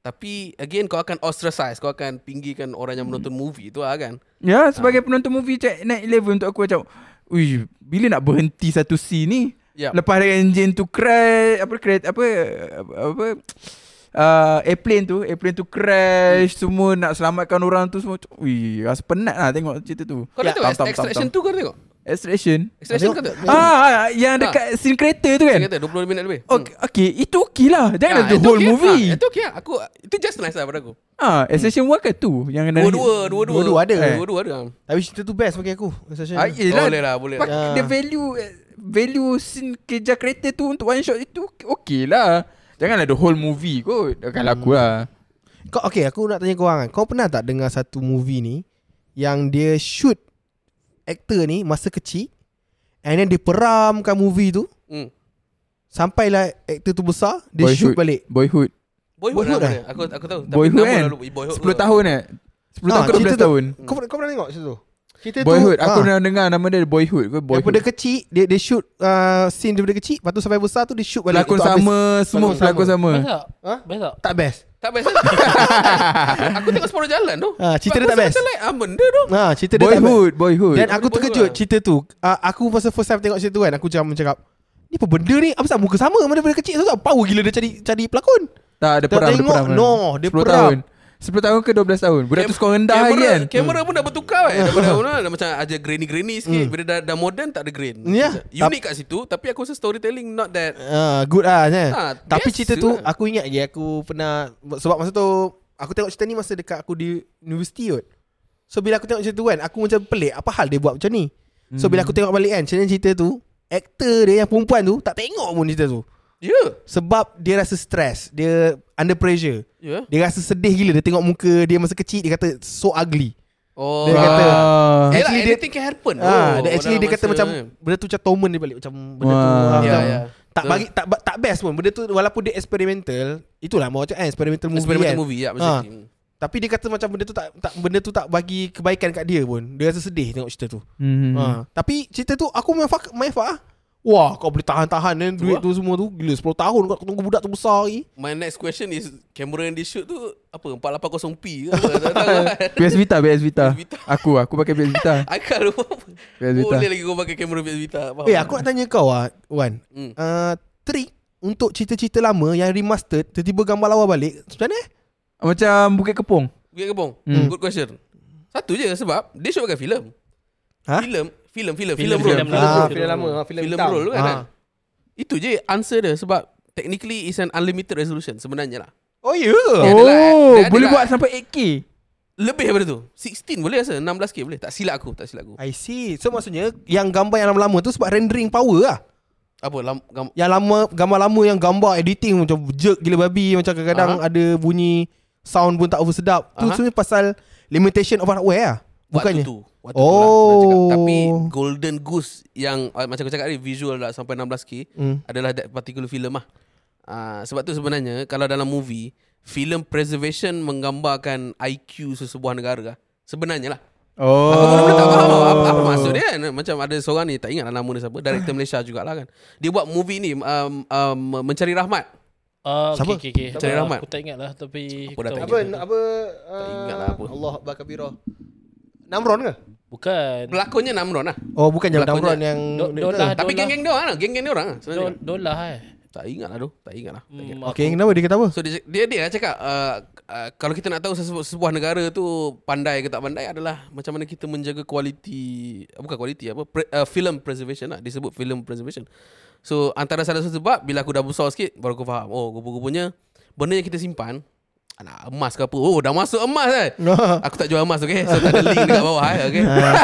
Speaker 6: Tapi again kau akan ostracize Kau akan pinggirkan orang yang menonton
Speaker 5: Hmm.
Speaker 6: movie tu lah kan
Speaker 5: Ya sebagai penonton movie Cek naik level untuk aku macam Ui, bila nak berhenti satu scene ni
Speaker 6: Yup.
Speaker 5: Lepas ada engine tu crash Apa crash Apa Apa uh, Airplane tu Airplane tu
Speaker 6: Hmm.
Speaker 5: crash Semua nak selamatkan orang tu semua Macam, Ui rasa penat lah tengok cerita tu
Speaker 6: Kau dah tengok Extraction tu kau dah tengok
Speaker 5: Extraction
Speaker 6: Extraction
Speaker 4: Tengok.
Speaker 6: kau tak
Speaker 5: ah, ah, Yang dekat scene kereta tu kan
Speaker 6: Dia kata 20 minit lebih Hmm.
Speaker 5: Okay, okay, itu okey lah Jangan
Speaker 6: Ah,
Speaker 5: the
Speaker 6: itu
Speaker 5: whole
Speaker 6: okay.
Speaker 5: movie
Speaker 6: Ah, Itu okay lah Aku Itu just nice lah pada aku
Speaker 5: Ah, Extraction 1 ke 2 Yang kena-
Speaker 6: Dua-dua Dua-dua
Speaker 4: Dua-dua Eh. ada.
Speaker 6: Dua-dua ada
Speaker 4: Tapi cerita tu best bagi aku Sensation
Speaker 5: Ah, yelah.
Speaker 6: Oh, boleh lah, boleh lah.
Speaker 5: Pak-
Speaker 4: Hmm. Ya.
Speaker 5: The value eh, value scene kerja kereta tu untuk one shot itu okey lah. Janganlah the whole movie kot.
Speaker 4: Hmm.
Speaker 5: Kalau aku lah.
Speaker 4: Kau okay, aku nak tanya kau kan. Kau pernah tak dengar satu movie ni yang dia shoot aktor ni masa kecil and then dia peramkan movie tu
Speaker 6: Hmm.
Speaker 4: sampailah aktor tu besar dia
Speaker 5: Boyhood.
Speaker 4: shoot balik.
Speaker 5: Boyhood.
Speaker 6: Boyhood,
Speaker 4: Boyhood
Speaker 6: boyhood
Speaker 4: lah.
Speaker 6: lah. Aku aku tahu. Tapi
Speaker 5: boyhood
Speaker 6: nama
Speaker 5: kan?
Speaker 6: lalu- Boyhood
Speaker 5: 10 tahun eh. 10 tahun
Speaker 4: Ah,
Speaker 5: ke
Speaker 4: cerita
Speaker 5: 12
Speaker 4: tu-
Speaker 5: tahun.
Speaker 4: Kau, pernah- kau pernah tengok cerita tu? Cerita
Speaker 5: Boyhood.
Speaker 4: tu ah,
Speaker 5: Aku pernah dengar nama dia Boyhood ke
Speaker 4: daripada
Speaker 5: Boyhood.
Speaker 4: kecil dia dia shoot uh, scene daripada kecil lepas tu sampai besar tu dia shoot balik.
Speaker 5: Pelakon
Speaker 4: untuk habis.
Speaker 5: sama, semua pelakon
Speaker 4: Pelakon
Speaker 5: sama.
Speaker 3: Best tak?
Speaker 4: Ha?
Speaker 3: Best tak?
Speaker 4: Tak best.
Speaker 6: Tak best. kan? aku tengok separuh jalan tu.
Speaker 4: Ah, cerita
Speaker 6: Sebab
Speaker 4: dia tak
Speaker 6: aku
Speaker 4: best.
Speaker 6: rasa Macam like, ah, benda tu.
Speaker 4: Ha, cerita dia tak best.
Speaker 5: Boyhood, Boyhood.
Speaker 4: Dan aku
Speaker 6: Boyhood
Speaker 4: terkejut
Speaker 6: lah.
Speaker 4: cerita tu. Uh, aku masa first time tengok cerita tu kan, aku macam cakap, ni apa benda ni? Apa sebab muka sama daripada kecil tu tak power gila dia cari cari pelakon.
Speaker 5: Tak ada
Speaker 4: Tak
Speaker 5: perang, ada
Speaker 4: tengok,
Speaker 5: perang.
Speaker 4: no, dia
Speaker 5: 10
Speaker 4: perang.
Speaker 5: tahun. 10 tahun ke 12 tahun. Budak tu sekolah rendah lagi
Speaker 6: kamera,
Speaker 5: kan.
Speaker 6: Kamera pun dah bertukar
Speaker 4: Hmm.
Speaker 6: kan. Daripada mana dah macam ada grainy-grainy sikit. Bila dah, dah modern tak ada grain.
Speaker 4: Ya.
Speaker 6: Unik kat situ tapi aku rasa storytelling not that.
Speaker 4: Uh, good lah kan?
Speaker 6: Ah,
Speaker 4: Tapi
Speaker 6: biasa
Speaker 4: cerita tu
Speaker 6: lah.
Speaker 4: aku ingat je aku pernah sebab masa tu aku tengok cerita ni masa dekat aku di universiti kot. So bila aku tengok cerita tu kan aku macam pelik apa hal dia buat macam ni. So bila aku tengok balik kan cerita cerita tu aktor dia yang perempuan tu tak tengok pun cerita tu.
Speaker 6: Ya. Yeah.
Speaker 4: Sebab dia rasa stress, dia under pressure.
Speaker 6: Ya.
Speaker 4: Dia rasa sedih gila dia tengok muka dia masa kecil dia kata so ugly.
Speaker 6: Oh.
Speaker 4: Dia kata
Speaker 5: Ah.
Speaker 6: Yelah,
Speaker 4: actually dia-
Speaker 6: anything can happen.
Speaker 4: Ah,
Speaker 6: Oh,
Speaker 4: dia actually
Speaker 6: dalam
Speaker 4: dia kata macam
Speaker 6: masa-
Speaker 4: benda tu macam torment dia balik macam benda tu.
Speaker 5: Wah.
Speaker 4: ah,
Speaker 6: Ya,
Speaker 4: macam
Speaker 6: ya.
Speaker 4: Tak
Speaker 6: Betul.
Speaker 4: bagi tak ba- tak best pun benda tu walaupun dia experimental, itulah mau macam eh, experimental movie.
Speaker 6: Experimental
Speaker 4: kan.
Speaker 6: movie. Ya,
Speaker 4: Ah.
Speaker 6: basically.
Speaker 4: Tapi dia kata macam benda tu tak tak benda tu tak bagi kebaikan kat dia pun. Dia rasa sedih tengok cerita tu.
Speaker 5: Hmm.
Speaker 4: Ha. Tapi cerita tu aku main fak main fak ah. Wah, kau boleh tahan-tahan eh, duit
Speaker 6: lah.
Speaker 4: tu semua tu. Gila 10 tahun kau tunggu budak tu besar lagi.
Speaker 6: My next question is kamera yang dia shoot tu apa 480p ke apa tak tahu
Speaker 4: Ah.
Speaker 6: lah.
Speaker 5: PS Vita, PS
Speaker 4: Ya.
Speaker 5: Vita.
Speaker 6: PS Vita. Oh,
Speaker 5: Aku, aku pakai PS Vita.
Speaker 6: Akal tu
Speaker 5: PS Vita.
Speaker 6: Boleh lagi kau pakai kamera PS Vita faham?
Speaker 4: Eh, aku nak tanya kau ah, Wan.
Speaker 6: Oh. Hmm.
Speaker 4: Uh, trick untuk cerita-cerita lama yang remastered tiba-tiba gambar lawa balik. Macam mana? eh?
Speaker 5: Macam Bukit Kepong.
Speaker 6: Bukit Kepong
Speaker 5: Hmm.
Speaker 6: Good question Satu je sebab Dia shoot pakai filem
Speaker 4: Ha?
Speaker 6: Filem Filem Filem
Speaker 3: Filem, ah,
Speaker 6: Filem roll
Speaker 3: filem lama.
Speaker 4: filem lama,
Speaker 6: Filem
Speaker 4: hitam.
Speaker 6: roll kan,
Speaker 4: Ah.
Speaker 6: kan? Itu je answer dia sebab technically is an unlimited resolution sebenarnya lah.
Speaker 4: Oh ya yeah.
Speaker 6: ada lah,
Speaker 5: Oh,
Speaker 6: dia ada
Speaker 5: boleh
Speaker 6: lah.
Speaker 5: buat sampai 8K.
Speaker 6: Lebih daripada tu. 16 boleh rasa 16k boleh. Tak silap aku, tak silap aku.
Speaker 4: I see So maksudnya Yang gambar yang lama-lama tu Sebab rendering power lah
Speaker 6: Apa lam, gam,
Speaker 4: Yang lama Gambar lama yang gambar Editing macam jerk gila babi Macam kadang-kadang
Speaker 6: Aha.
Speaker 4: ada bunyi Sound pun tak over sedap Tu
Speaker 6: Aha.
Speaker 4: sebenarnya pasal Limitation of hardware lah Bukannya
Speaker 6: waktu tu. Waktu tu lah senang cakap.
Speaker 4: Oh.
Speaker 6: Tapi Golden Goose yang ah, macam aku cakap tadi visual lah sampai 16k
Speaker 4: Hmm.
Speaker 6: adalah that particular film lah. Ah, sebab tu sebenarnya kalau dalam movie film preservation menggambarkan IQ sesebuah negara lah. Sebenarnya lah.
Speaker 5: Oh.
Speaker 6: Aku pun tak faham apa, apa, apa maksud dia kan Macam ada seorang ni Tak ingat lah nama dia siapa Director Malaysia jugalah kan Dia buat movie ni um, um, Mencari Rahmat
Speaker 3: Ah,
Speaker 4: Siapa?
Speaker 3: okay, okay, okay.
Speaker 6: Cari
Speaker 3: Ah,
Speaker 6: Rahmat.
Speaker 3: Aku tak ingat lah tapi
Speaker 6: Aku dah
Speaker 3: aku
Speaker 6: tak
Speaker 3: tahu.
Speaker 6: ingat.
Speaker 4: apa ah,
Speaker 6: Tak ingat lah apa.
Speaker 4: Allah Akbar Kabirah Namron ke?
Speaker 3: Bukan.
Speaker 6: Pelakonnya Namron lah
Speaker 4: Oh bukan yang
Speaker 6: Pelakonnya.
Speaker 4: Namron yang
Speaker 3: Do- Dola-
Speaker 6: Tapi
Speaker 3: Dolar.
Speaker 6: geng-geng dia orang lah Geng-geng dia orang lah sebenarnya
Speaker 3: Do- Dolar eh.
Speaker 6: Tak ingat lah tu Tak ingat lah Tak ingat.
Speaker 3: Hmm,
Speaker 4: Okay kenapa dia kata apa?
Speaker 6: So dia, dia, dia lah cakap uh, uh, Kalau kita nak tahu sesebuah, sebuah negara tu Pandai ke tak pandai adalah Macam mana kita menjaga kualiti ah, Bukan kualiti apa pre, uh, Film preservation lah Disebut film preservation So antara salah satu sebab Bila aku dah besar sikit Baru aku faham Oh rupa-rupanya Benda yang kita simpan Anak emas ke apa Oh dah masuk emas kan Aku tak jual emas okay So tak ada link dekat bawah eh, okay
Speaker 5: Ah.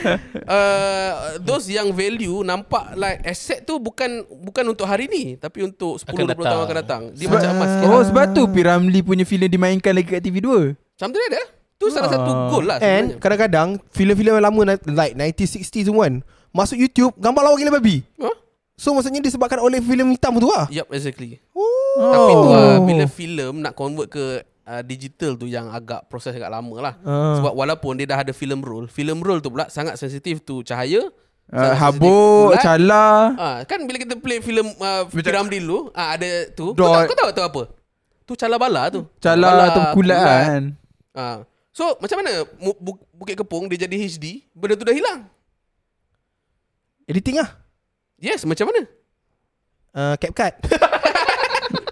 Speaker 6: uh, Those yang value Nampak like Asset tu bukan Bukan untuk hari ni Tapi untuk 10-20
Speaker 3: Akan
Speaker 6: tahun
Speaker 3: datang.
Speaker 6: akan datang Dia macam emas sikit
Speaker 5: Oh, sebab tu Piramli punya filem dimainkan lagi kat TV2.
Speaker 6: Something like that lah. Tu salah satu
Speaker 5: Ah.
Speaker 6: goal lah
Speaker 4: And
Speaker 6: sebenarnya.
Speaker 4: kadang-kadang Filem-filem yang lama na- Like 90s 60s semua kan Masuk YouTube Gambar lawa gila babi
Speaker 6: Huh?
Speaker 4: So maksudnya disebabkan oleh filem hitam tu lah
Speaker 6: Yup, exactly.
Speaker 4: Oh.
Speaker 6: Oh. Tapi tu lah, bila filem nak convert ke uh, digital tu yang agak proses agak lama lah.
Speaker 4: Ah.
Speaker 6: Sebab walaupun dia dah ada film roll, film roll tu pula sangat sensitif tu cahaya.
Speaker 5: Uh,
Speaker 6: sangat
Speaker 5: habuk,
Speaker 6: sensitif bulat.
Speaker 5: cala.
Speaker 6: Ah, kan bila kita play filem uh, Piramli dulu, ah, ada tu. Kau
Speaker 5: Dot.
Speaker 6: tahu, kau tahu tu apa? Tu cala bala tu.
Speaker 5: Cala
Speaker 6: Bala,
Speaker 5: atau kulat
Speaker 6: kulat.
Speaker 5: kan.
Speaker 6: Ah. So macam mana Mu- Bu- Bukit Kepung dia jadi HD, benda tu dah hilang.
Speaker 4: Editing lah
Speaker 6: Yes, macam mana?
Speaker 4: uh, CapCut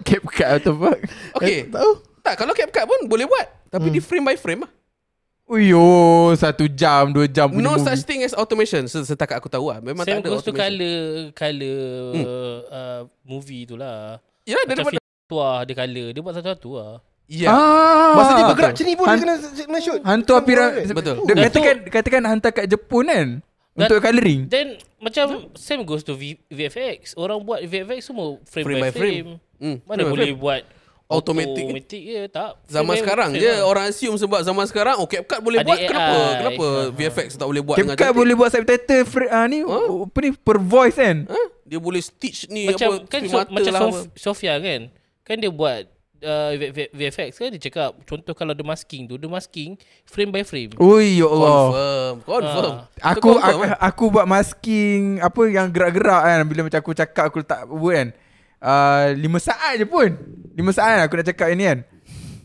Speaker 5: CapCut atau apa. Eh,
Speaker 6: Okay. Ah,
Speaker 4: Tahu
Speaker 6: Tak, kalau CapCut pun boleh buat. Tapi
Speaker 5: Hmm.
Speaker 6: di frame by frame lah.
Speaker 5: Uyo, satu jam, dua jam punya
Speaker 6: No
Speaker 5: movie.
Speaker 6: such thing as automation. Se- Setakat aku tahu lah. Memang
Speaker 3: Sam
Speaker 6: tak ada
Speaker 3: Ghost tu
Speaker 6: automation.
Speaker 3: colour
Speaker 6: Hmm.
Speaker 3: Colour uh, movie tu lah
Speaker 6: Yalah,
Speaker 3: Macam
Speaker 6: daripada...
Speaker 3: film tu lah Dia colour Dia buat satu-satu lah
Speaker 6: Ya.
Speaker 5: Ah,
Speaker 4: Maksudnya bergerak macam ni pun Dia
Speaker 5: Han-
Speaker 4: kena kena shoot
Speaker 5: Hantu Apiram
Speaker 6: Betul.
Speaker 5: Dia
Speaker 3: Dan
Speaker 5: katakan katakan hantar kat Jepun kan.
Speaker 3: Dan-
Speaker 5: Untuk colouring.
Speaker 3: Then
Speaker 6: Hmm?
Speaker 3: macam Sam Ghost tu V- VFX Orang buat VFX semua Frame,
Speaker 6: Frame by
Speaker 3: by
Speaker 6: frame.
Speaker 3: frame,
Speaker 6: Hmm,
Speaker 3: Mana
Speaker 6: frame by
Speaker 3: boleh buat
Speaker 6: Automatic.
Speaker 3: Automatic je tak Frame
Speaker 6: Zaman
Speaker 3: by
Speaker 6: sekarang
Speaker 3: frame
Speaker 6: je
Speaker 3: lah.
Speaker 6: orang assume sebab zaman sekarang oh CapCut boleh
Speaker 3: Ada
Speaker 6: buat kenapa?
Speaker 3: AI.
Speaker 6: Kenapa VFX tak boleh buat dengan
Speaker 5: CapCut
Speaker 6: cantik? Oh.
Speaker 5: boleh buat subtitle fr- ah, ni apa ni per voice kan.
Speaker 6: Ha? Dia boleh stitch ni
Speaker 3: Macam
Speaker 6: apa
Speaker 3: kan
Speaker 6: cermin
Speaker 3: so,
Speaker 6: mata
Speaker 3: Macam
Speaker 6: lah,
Speaker 3: Sof- Sofia kan Kan dia buat uh, V- V- VFX kan dia cakap Contoh kalau the masking tu The masking Frame by frame
Speaker 6: Oh.
Speaker 5: Ui, ya
Speaker 6: apa.
Speaker 5: Allah.
Speaker 6: Confirm, confirm.
Speaker 3: Ah.
Speaker 6: Tu
Speaker 5: Aku
Speaker 6: confirm,
Speaker 5: aku,
Speaker 6: kan?
Speaker 5: aku buat masking apa yang gerak-gerak kan bila macam aku cakap aku letak word kan. Uh, 5 saat je pun. 5 saat lah aku nak cakap ini kan.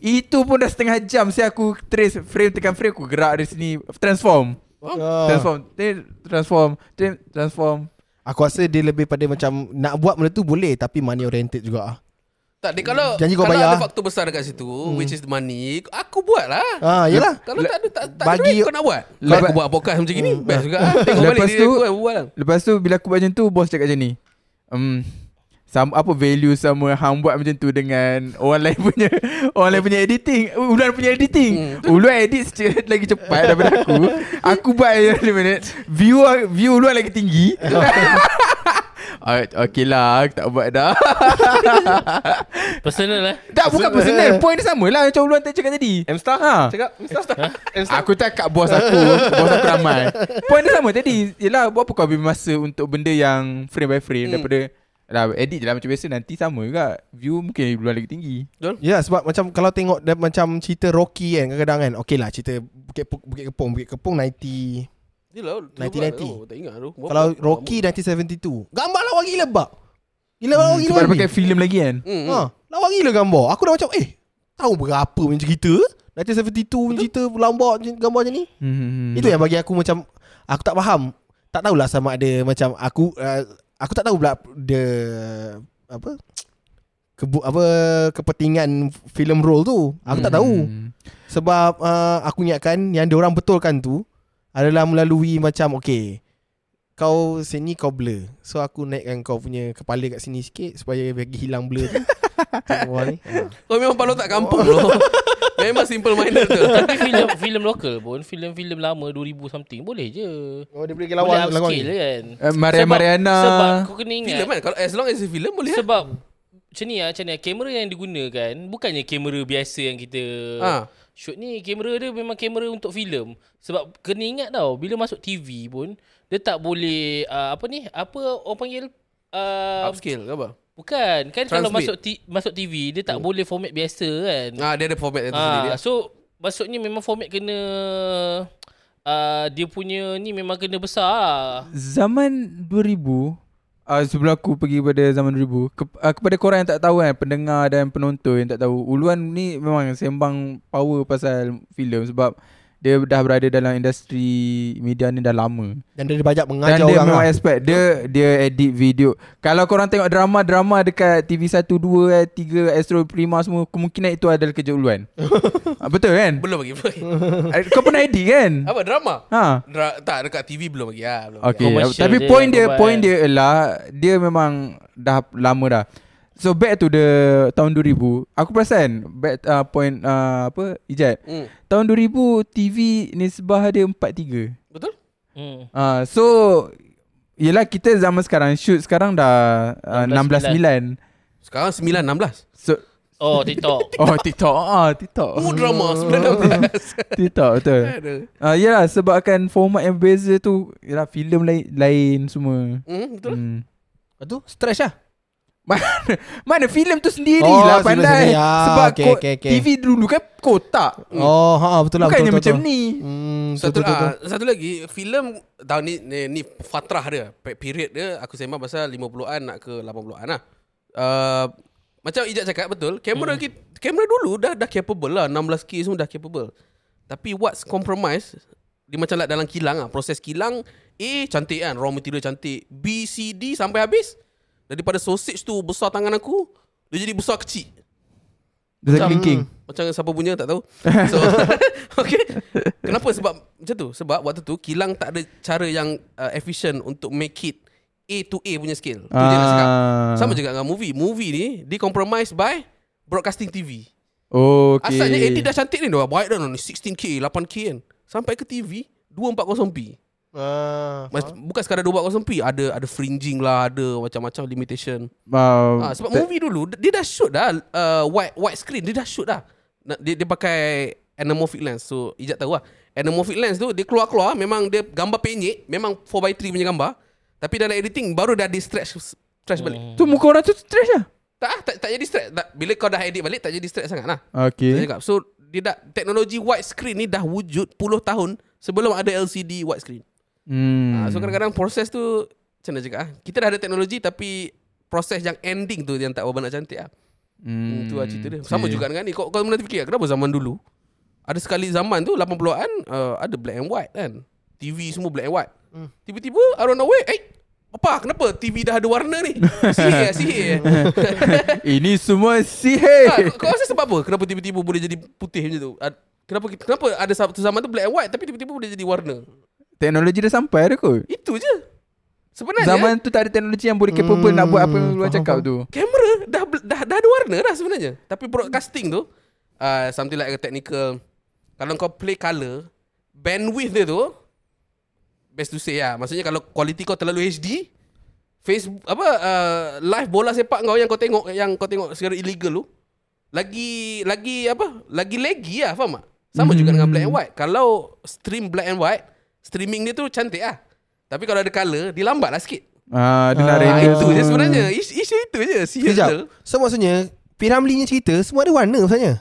Speaker 5: Itu pun dah setengah jam saya aku trace frame tekan frame aku gerak dari sini transform.
Speaker 4: Ah.
Speaker 5: Transform, Then transform, Then transform.
Speaker 4: Aku rasa dia lebih pada macam Nak buat benda tu boleh Tapi money oriented juga ah.
Speaker 6: tak dia kalau
Speaker 4: Janji kau
Speaker 6: kalau
Speaker 4: bayar. Hmm.
Speaker 6: ada faktor besar dekat situ which is the money, aku buat lah.
Speaker 4: Ah, yelah.
Speaker 6: Kalau tak ada tak, tak
Speaker 4: Bagi- Hmm,
Speaker 6: bagi, ada duit kau nak buat. Kalau
Speaker 5: Lepas-
Speaker 6: aku buat podcast macam gini, best juga. ah. Tengok balik
Speaker 5: Lepas
Speaker 6: diri
Speaker 5: tu
Speaker 6: aku, aku buat lah.
Speaker 5: Lepas tu bila aku buat macam tu Bos cakap macam ni um, sama, Apa value sama Hang buat macam tu Dengan orang lain punya Orang lain punya editing Ulan punya editing Ulan edit se- lagi cepat Daripada aku Aku buat yang 5 minit View view Ulan lagi tinggi Ah, Okay lah Aku tak buat dah
Speaker 3: Personal eh
Speaker 5: Tak bukan personal Point dia sama lah Macam Ulan tak cakap tadi M-Star ha.
Speaker 6: Cakap, Mr.
Speaker 5: Aku cakap bos aku Bos aku ramai Point dia sama tadi Yelah buat apa kau habis masa Untuk benda yang Frame by frame Daripada lah, Edit je lah macam biasa Nanti sama juga View mungkin Luar lagi tinggi
Speaker 4: Ya sebab macam Kalau tengok dia, Macam cerita Rocky kan Kadang-kadang kan Okay lah cerita Bukit, Pe- Bukit Kepong Bukit Kepong 90
Speaker 6: Dia lah tu
Speaker 4: 1990.
Speaker 6: buat, Tak ingat tu Berapa?
Speaker 4: Kalau Rocky
Speaker 6: oh.
Speaker 4: 1972 Gambar lawa gila bak Gila lawa gila
Speaker 5: Hmm, Sebab dia
Speaker 4: babi.
Speaker 5: pakai filem lagi kan
Speaker 6: Hmm,
Speaker 4: ha, Lawa gila gambar Aku dah macam Eh Tahu berapa punya cerita 1972 punya cerita Lambak je- gambar macam ni
Speaker 5: hmm.
Speaker 4: Itu yang bagi aku macam Aku tak faham Tak tahulah sama ada Macam aku uh, Aku tak tahu pula The Apa Kebu, apa kepentingan filem roll tu aku tak tahu
Speaker 5: Hmm.
Speaker 4: sebab uh, aku ingatkan yang diorang betulkan tu adalah melalui macam okay kau sini kau blur. So aku naikkan kau punya kepala kat sini sikit supaya bagi hilang blur tu. Tengok bawah ni. Ha.
Speaker 6: Kau memang palau tak kampung loh Memang simple minor tu
Speaker 3: Tapi filem filem lokal pun filem-filem lama 2000 something boleh je.
Speaker 4: Oh dia boleh
Speaker 3: Boleh
Speaker 4: lawan lawan.
Speaker 3: upscale je kan.
Speaker 5: Eh, Maria
Speaker 3: Sebab-
Speaker 5: Mariana.
Speaker 3: Sebab kau kena ingat.
Speaker 6: Film kan Kalau as long as it's film boleh eh?
Speaker 3: Sebab macam ni lah, macam ni lah. Kamera yang digunakan Bukannya kamera biasa yang kita
Speaker 6: Ha.
Speaker 3: Shoot ni Kamera dia memang kamera untuk filem Sebab kena ingat tau Bila masuk TV pun Dia tak boleh uh, Apa ni Apa orang panggil uh,
Speaker 6: Upscale ke apa
Speaker 3: Bukan Kan kalau
Speaker 6: Translate.
Speaker 3: masuk ti- masuk TV Dia tak hmm. boleh format biasa kan
Speaker 6: Oh. Ah, Dia ada format yang tersendiri
Speaker 3: Ah, so maksudnya memang format kena uh, dia punya ni memang kena besar. lah.
Speaker 5: Zaman 2000 Uh, sebelum aku pergi pada zaman 2000 ke, uh, Kepada korang yang tak tahu kan Pendengar dan penonton yang tak tahu Uluan ni memang sembang power pasal filem Sebab dia dah berada dalam industri media ni dah lama
Speaker 4: Dan dia bajak
Speaker 5: Dan
Speaker 4: mengajar
Speaker 5: dia
Speaker 4: orang.
Speaker 5: memang
Speaker 4: Lah.
Speaker 5: expert Dia dia edit video Kalau korang tengok drama-drama Dekat TV 1, 2, eh, 3 Astro Prima semua Kemungkinan itu adalah kerja uluan Ah, Betul kan?
Speaker 6: Belum lagi belum lagi.
Speaker 5: Ah, Kau pernah edit kan?
Speaker 6: Apa drama
Speaker 5: Ha.
Speaker 6: Dra- tak dekat TV belum lagi ah belum.
Speaker 5: Okay
Speaker 3: Commercial
Speaker 5: Tapi
Speaker 3: dia, kan.
Speaker 5: point dia
Speaker 3: bukan.
Speaker 5: Point dia ialah Dia memang Dah lama dah So back to the Tahun 2000 Aku perasan Back uh, point uh, Apa Ijat
Speaker 6: Hmm.
Speaker 5: Tahun 2000 TV nisbah dia 43
Speaker 6: Betul?
Speaker 3: Hmm.
Speaker 5: uh, So Yelah kita zaman sekarang Shoot sekarang dah uh, 16.9
Speaker 6: Sekarang 9 16.
Speaker 5: So
Speaker 3: Oh TikTok.
Speaker 5: Oh TikTok ah TikTok
Speaker 6: Oh drama 9 16.
Speaker 5: TikTok betul
Speaker 6: Aduh.
Speaker 5: uh, Yelah sebabkan format yang berbeza tu Yelah filem lain, lain semua
Speaker 6: Hmm, betul.
Speaker 5: hmm.
Speaker 4: Lepas tu stress lah.
Speaker 5: Mana mana filem tu sendiri
Speaker 4: Oh,
Speaker 5: lah
Speaker 4: filem sendiri.
Speaker 5: pandai.
Speaker 4: Ah,
Speaker 5: Sebab
Speaker 4: okey,
Speaker 5: ko-
Speaker 4: okey, okey.
Speaker 5: TV dulu kan kotak.
Speaker 4: Oh ha betul lah
Speaker 5: Bukannya
Speaker 4: betul,
Speaker 5: macam
Speaker 4: betul,
Speaker 5: ni.
Speaker 4: betul. Hmm
Speaker 6: Satu,
Speaker 4: betul, betul, betul.
Speaker 6: ah, satu lagi filem tahun ni, ni ni fatrah dia, pe- period dia aku sembang pasal 50-an nak ke 80-an lah. Uh, macam Ijat cakap betul,
Speaker 4: Hmm.
Speaker 6: kamera kita, kamera dulu dah dah capable lah 16K semua dah capable. Tapi what's compromise dia macam lah dalam kilang lah Proses kilang A cantik kan Raw material cantik B, C, D sampai habis Daripada sausage tu Besar tangan aku Dia jadi besar kecil
Speaker 5: Dia
Speaker 6: Hmm.
Speaker 5: kelingking.
Speaker 6: macam siapa punya tak tahu So Okay Kenapa sebab Macam tu Sebab waktu tu Kilang tak ada cara yang uh, Efficient untuk make it A to A punya scale Tu je nak cakap
Speaker 5: Ah.
Speaker 6: Sama juga dengan movie Movie ni Dia compromise by Broadcasting TV
Speaker 5: Oh,
Speaker 6: okay.
Speaker 5: okey.
Speaker 6: Asalnya edit dah cantik ni dah Baik dah ni 16K 8K kan Sampai ke TV 240p
Speaker 4: Ah,
Speaker 6: Mas, Bukan sekadar 240p Ada ada fringing lah Ada macam-macam limitation
Speaker 5: Uh,
Speaker 6: Ah, sebab movie dulu dia dah shoot dah uh, wide wide screen dia dah shoot dah. Na- Dia dia pakai anamorphic lens. So Ijat tahu lah. Anamorphic lens tu dia keluar-keluar memang dia gambar penyek, memang 4x3 punya gambar. Tapi dalam editing baru dah di stretch stretch balik.
Speaker 3: Hmm.
Speaker 5: tu muka orang tu stress lah.
Speaker 6: Tak ah, tak tak jadi stretch. Tak, bila kau dah edit balik tak jadi stretch sangat lah. Saya
Speaker 5: Okay.
Speaker 6: cakap. So dia dah teknologi wide screen ni dah wujud puluh tahun sebelum ada LCD wide screen.
Speaker 5: Hmm.
Speaker 6: Ah, so kadang-kadang proses tu macam mana cakap ah? Kita dah ada teknologi tapi proses yang ending tu yang tak berapa nak cantik ah. Hmm, tu lah cerita dia. Sama
Speaker 5: ya.
Speaker 6: juga dengan ni. Kau, kau mula fikir kenapa zaman dulu? Ada sekali zaman tu 80-an uh, ada black and white kan. TV semua black and white. Hmm. Tiba-tiba I don't know where. Eh, apa? Kenapa TV dah ada warna ni? Sihir ya, sihir ya.
Speaker 5: Ini semua
Speaker 6: ha,
Speaker 5: sihir.
Speaker 6: kau rasa sebab apa? Kenapa tiba-tiba boleh jadi putih macam tu? Ad- Kenapa kita- kenapa ada satu zaman tu black and white tapi tiba-tiba boleh jadi warna?
Speaker 5: Teknologi dah sampai dah kot.
Speaker 6: Itu je. Sebenarnya
Speaker 5: Zaman tu tak ada teknologi yang boleh capable
Speaker 4: Hmm,
Speaker 5: nak buat apa yang luar cakap tu.
Speaker 6: kamera dah dah dah ada warna dah sebenarnya. Tapi broadcasting tu uh, something like a technical kalau kau play color bandwidth dia tu best to say lah. Maksudnya kalau quality kau terlalu HD Facebook apa uh, live bola sepak kau yang kau tengok yang kau tengok secara illegal tu lagi lagi apa? Lagi laggy lah faham tak? Sama juga dengan black and white. Kalau stream black and white, streaming dia tu cantik lah. Tapi kalau ada color, dia lambat lah sikit.
Speaker 5: Ah, dia nak
Speaker 6: Ah,
Speaker 5: render.
Speaker 6: itu je sebenarnya. Is- Isu itu je. Serius
Speaker 4: Sekejap.
Speaker 6: tu.
Speaker 4: So maksudnya Piramli ni cerita semua ada warna sebenarnya.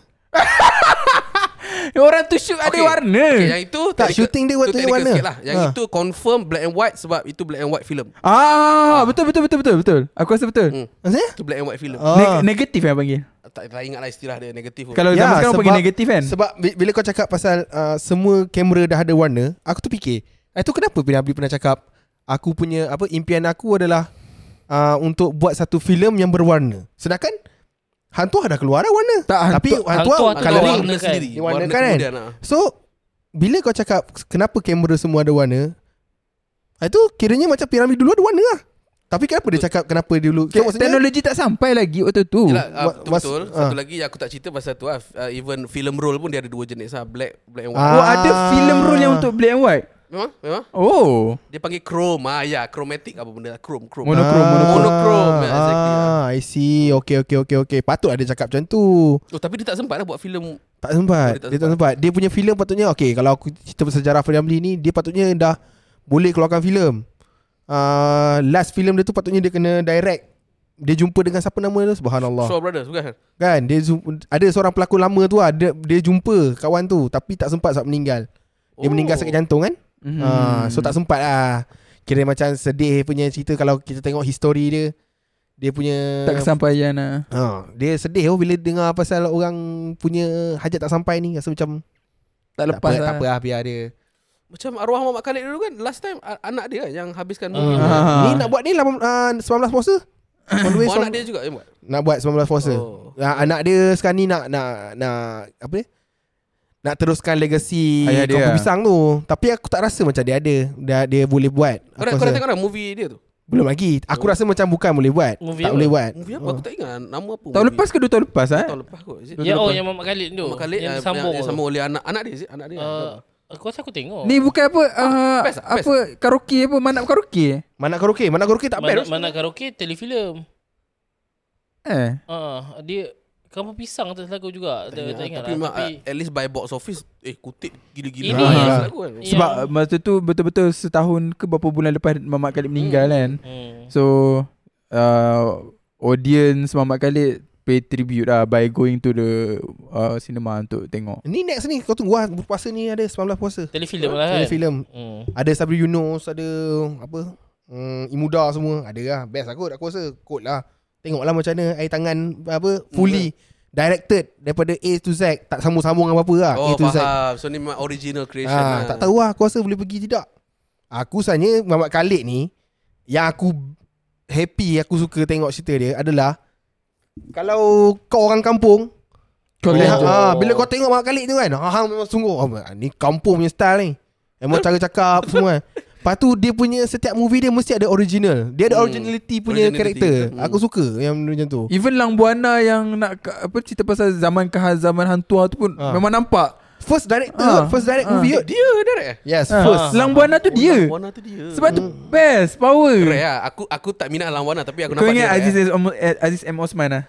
Speaker 5: Orang tu shoot ada
Speaker 6: Okey.
Speaker 5: warna.
Speaker 6: Okey, yang itu
Speaker 4: Tak,
Speaker 6: technical-
Speaker 4: shooting dia
Speaker 6: itu
Speaker 4: waktu dia
Speaker 6: technical
Speaker 4: warna.
Speaker 6: sikit Lah. Yang
Speaker 4: Ha.
Speaker 6: itu confirm black and white sebab itu black and white film.
Speaker 5: Ah, betul betul betul betul betul. Aku rasa betul.
Speaker 6: Hmm.
Speaker 4: Maksudnya?
Speaker 6: Itu black and white film.
Speaker 4: Oh.
Speaker 5: Neg- negatif yang panggil.
Speaker 6: Tak, tak ingat lah istilah dia negatif. pun.
Speaker 5: Kalau zaman sekarang panggil negatif kan.
Speaker 4: Ya, Sebab bi- bila kau cakap pasal uh, semua kamera dah ada warna, aku tu fikir, itu kenapa Piramli pernah cakap aku punya apa impian aku adalah uh, untuk buat satu filem yang berwarna. Sedangkan hantu dah keluar dah warna.
Speaker 5: Tak, hantu-
Speaker 4: Tapi hantu,
Speaker 3: hantu-
Speaker 4: hantu
Speaker 3: hantu
Speaker 4: coloring
Speaker 3: warna kan.
Speaker 4: Dia warna kan?
Speaker 6: kemudian lah.
Speaker 4: So bila kau cakap kenapa kamera semua ada warna Ah, Itu kiranya macam piramid dulu ada warna lah. Tapi kenapa dia cakap kenapa dulu? So, maksudnya,
Speaker 5: Teknologi tak sampai lagi waktu tu
Speaker 6: Yelah, ah,
Speaker 4: What-
Speaker 6: betul,
Speaker 4: what's-
Speaker 6: betul.
Speaker 4: ah.
Speaker 6: Satu lagi yang aku tak cerita pasal tu lah. Ah, even film roll pun dia ada dua jenis lah. Black, black
Speaker 4: Ah.
Speaker 6: and white.
Speaker 5: Oh ada filem roll yang untuk black and white
Speaker 6: Memang? Memang?
Speaker 5: Oh
Speaker 6: Dia panggil chrome. Ah, ya, chromatic apa benda. Chrome, chrome.
Speaker 5: Mono- monochrome, monochrome.
Speaker 6: Monochrome,
Speaker 4: Ah,
Speaker 6: yeah, exactly.
Speaker 4: ah, I see. Okay, okay, okay, okay. Patutlah dia cakap macam tu.
Speaker 6: Oh, tapi dia tak sempat lah buat filem.
Speaker 4: Tak sempat.
Speaker 6: Dia tak
Speaker 4: Dia tak sempat. Dia punya filem patutnya okay. Kalau aku cerita pasal sejarah Fariamli ni, dia patutnya dah boleh keluarkan filem. Uh, last filem dia tu patutnya dia kena direct. Dia jumpa dengan siapa nama tu? Subhanallah.
Speaker 6: Shaw Brothers, bukan?
Speaker 4: Kan dia zum- ada seorang pelakon lama tu lah, dia, dia jumpa kawan tu tapi tak sempat sebab meninggal. Dia
Speaker 6: Oh.
Speaker 4: meninggal sakit jantung kan?
Speaker 5: Mhm.
Speaker 4: Hmm. Uh, so tak sempat lah. Kira macam sedih punya cerita kalau kita tengok histori dia. Dia punya
Speaker 5: Tak kesampaian lah
Speaker 4: Ha, dia sedih oh bila dengar pasal orang punya hajat tak sampai ni rasa macam
Speaker 5: Tak lepas
Speaker 4: tak apa,
Speaker 5: lah
Speaker 4: tak apa lah biar dia.
Speaker 6: Macam arwah Muhammad Khalid dulu kan. Last time a- anak dia kan yang habiskan.
Speaker 5: Ah.
Speaker 6: Uh.
Speaker 4: Ni nak buat ni 18, uh, 19 puasa. On the way,
Speaker 6: Oh,
Speaker 4: som-
Speaker 6: anak dia juga yang buat.
Speaker 4: nak buat 19 puasa. Oh.
Speaker 6: Oh.
Speaker 4: anak dia sekarang ni nak nak nak apa ni? Nak teruskan legasi
Speaker 5: Ayah dia
Speaker 4: Kopi
Speaker 5: lah.
Speaker 4: Pisang tu. Tapi aku tak rasa macam dia ada. Dia, dia boleh buat.
Speaker 6: Kau dah,
Speaker 4: Aku
Speaker 6: kau dah
Speaker 4: rasa,
Speaker 6: tengok dah movie dia tu?
Speaker 4: belum lagi. Aku rasa macam bukan boleh buat.
Speaker 3: Movie
Speaker 4: tak
Speaker 3: apa?
Speaker 4: boleh buat.
Speaker 6: Movie apa?
Speaker 4: Oh.
Speaker 6: Aku tak ingat lah nama apa.
Speaker 5: Tahun
Speaker 6: movie.
Speaker 5: lepas ke dua tahun lepas eh?
Speaker 6: Tahun lepas kot. Is it?
Speaker 3: Ya oh yang Muhammad Khalid tu.
Speaker 6: Muhammad Khalid eh,
Speaker 3: yang
Speaker 6: yang,
Speaker 3: sambung.
Speaker 6: yang sambung Hmm. oleh anak anak dia is it? anak dia.
Speaker 3: Ah, aku rasa aku tengok.
Speaker 5: Ni bukan apa
Speaker 4: Ah,
Speaker 5: uh,
Speaker 6: best lah, best.
Speaker 5: apa karaoke apa manap karaoke
Speaker 4: Mana karaoke? Mana karaoke tak
Speaker 3: mana,
Speaker 4: bad.
Speaker 3: mana karaoke telefilm.
Speaker 5: eh
Speaker 3: Ah, dia Kampung Pisang tak salah aku juga. Tak, tak ingat lah.
Speaker 6: tapi, mak,
Speaker 3: Tapi
Speaker 6: at least by box office eh kutip gila-gila.
Speaker 3: Ini-
Speaker 6: Ah,
Speaker 4: Ah.
Speaker 6: lagu kan.
Speaker 3: yang-
Speaker 5: Sebab yeah. masa tu betul-betul setahun ke berapa bulan lepas Mamat Khalid meninggal kan.
Speaker 3: Hmm.
Speaker 5: So uh, audience Mamat Khalid pay tribute lah by going to the uh, cinema untuk tengok.
Speaker 4: Ni next ni kau tunggu lah. Puasa ni ada 19 puasa.
Speaker 3: Telefilm lah kan.
Speaker 4: Ada filem.
Speaker 3: Hmm.
Speaker 4: Ada Sabri Yunus, ada apa? Um, Imuda semua. Ada lah. Best lah kot. Aku rasa kot lah. Tengoklah macam mana air tangan apa fully
Speaker 6: Hmm.
Speaker 4: directed daripada A to Z. Tak sambung-sambung apa-apa lah.
Speaker 6: Oh
Speaker 4: A to Z.
Speaker 6: faham. So ni memang original creation.
Speaker 4: Ah,
Speaker 6: lah.
Speaker 4: tak tahu lah aku rasa boleh pergi tidak. Aku sebenarnya Muhammad Khalid ni yang aku happy aku suka tengok cerita dia adalah kalau kau orang kampung
Speaker 5: Kau
Speaker 4: bila,
Speaker 5: lihat
Speaker 3: tu.
Speaker 4: ah, bila kau tengok Muhammad Khalid tu kan ah, memang sungguh ah, ni kampung punya style ni. Memang cara cakap semua. kan. Lepas tu dia punya setiap movie dia mesti ada original. Dia ada
Speaker 6: Hmm.
Speaker 4: originality punya
Speaker 6: Originality.
Speaker 4: karakter.
Speaker 6: Hmm.
Speaker 4: Aku suka yang benda macam tu.
Speaker 5: Even Lang Buana yang nak ka- apa cerita pasal zaman kehazaman hantu tu pun
Speaker 4: Ah.
Speaker 5: memang nampak.
Speaker 4: First director,
Speaker 5: Ah.
Speaker 4: kot, first direct
Speaker 5: Ah.
Speaker 4: movie. kot.
Speaker 6: Dia direct eh?
Speaker 4: Yes, Ha.
Speaker 5: Ah.
Speaker 4: first.
Speaker 5: Lang Buana tu dia.
Speaker 6: Warna tu dia.
Speaker 5: Sebab tu best power.
Speaker 6: Correct lah. Aku aku tak minat Alam Warna tapi aku
Speaker 5: Kau
Speaker 6: nampak dia.
Speaker 5: ingat Aziz,
Speaker 6: direct, eh.
Speaker 5: Om- eh, Aziz M Osman lah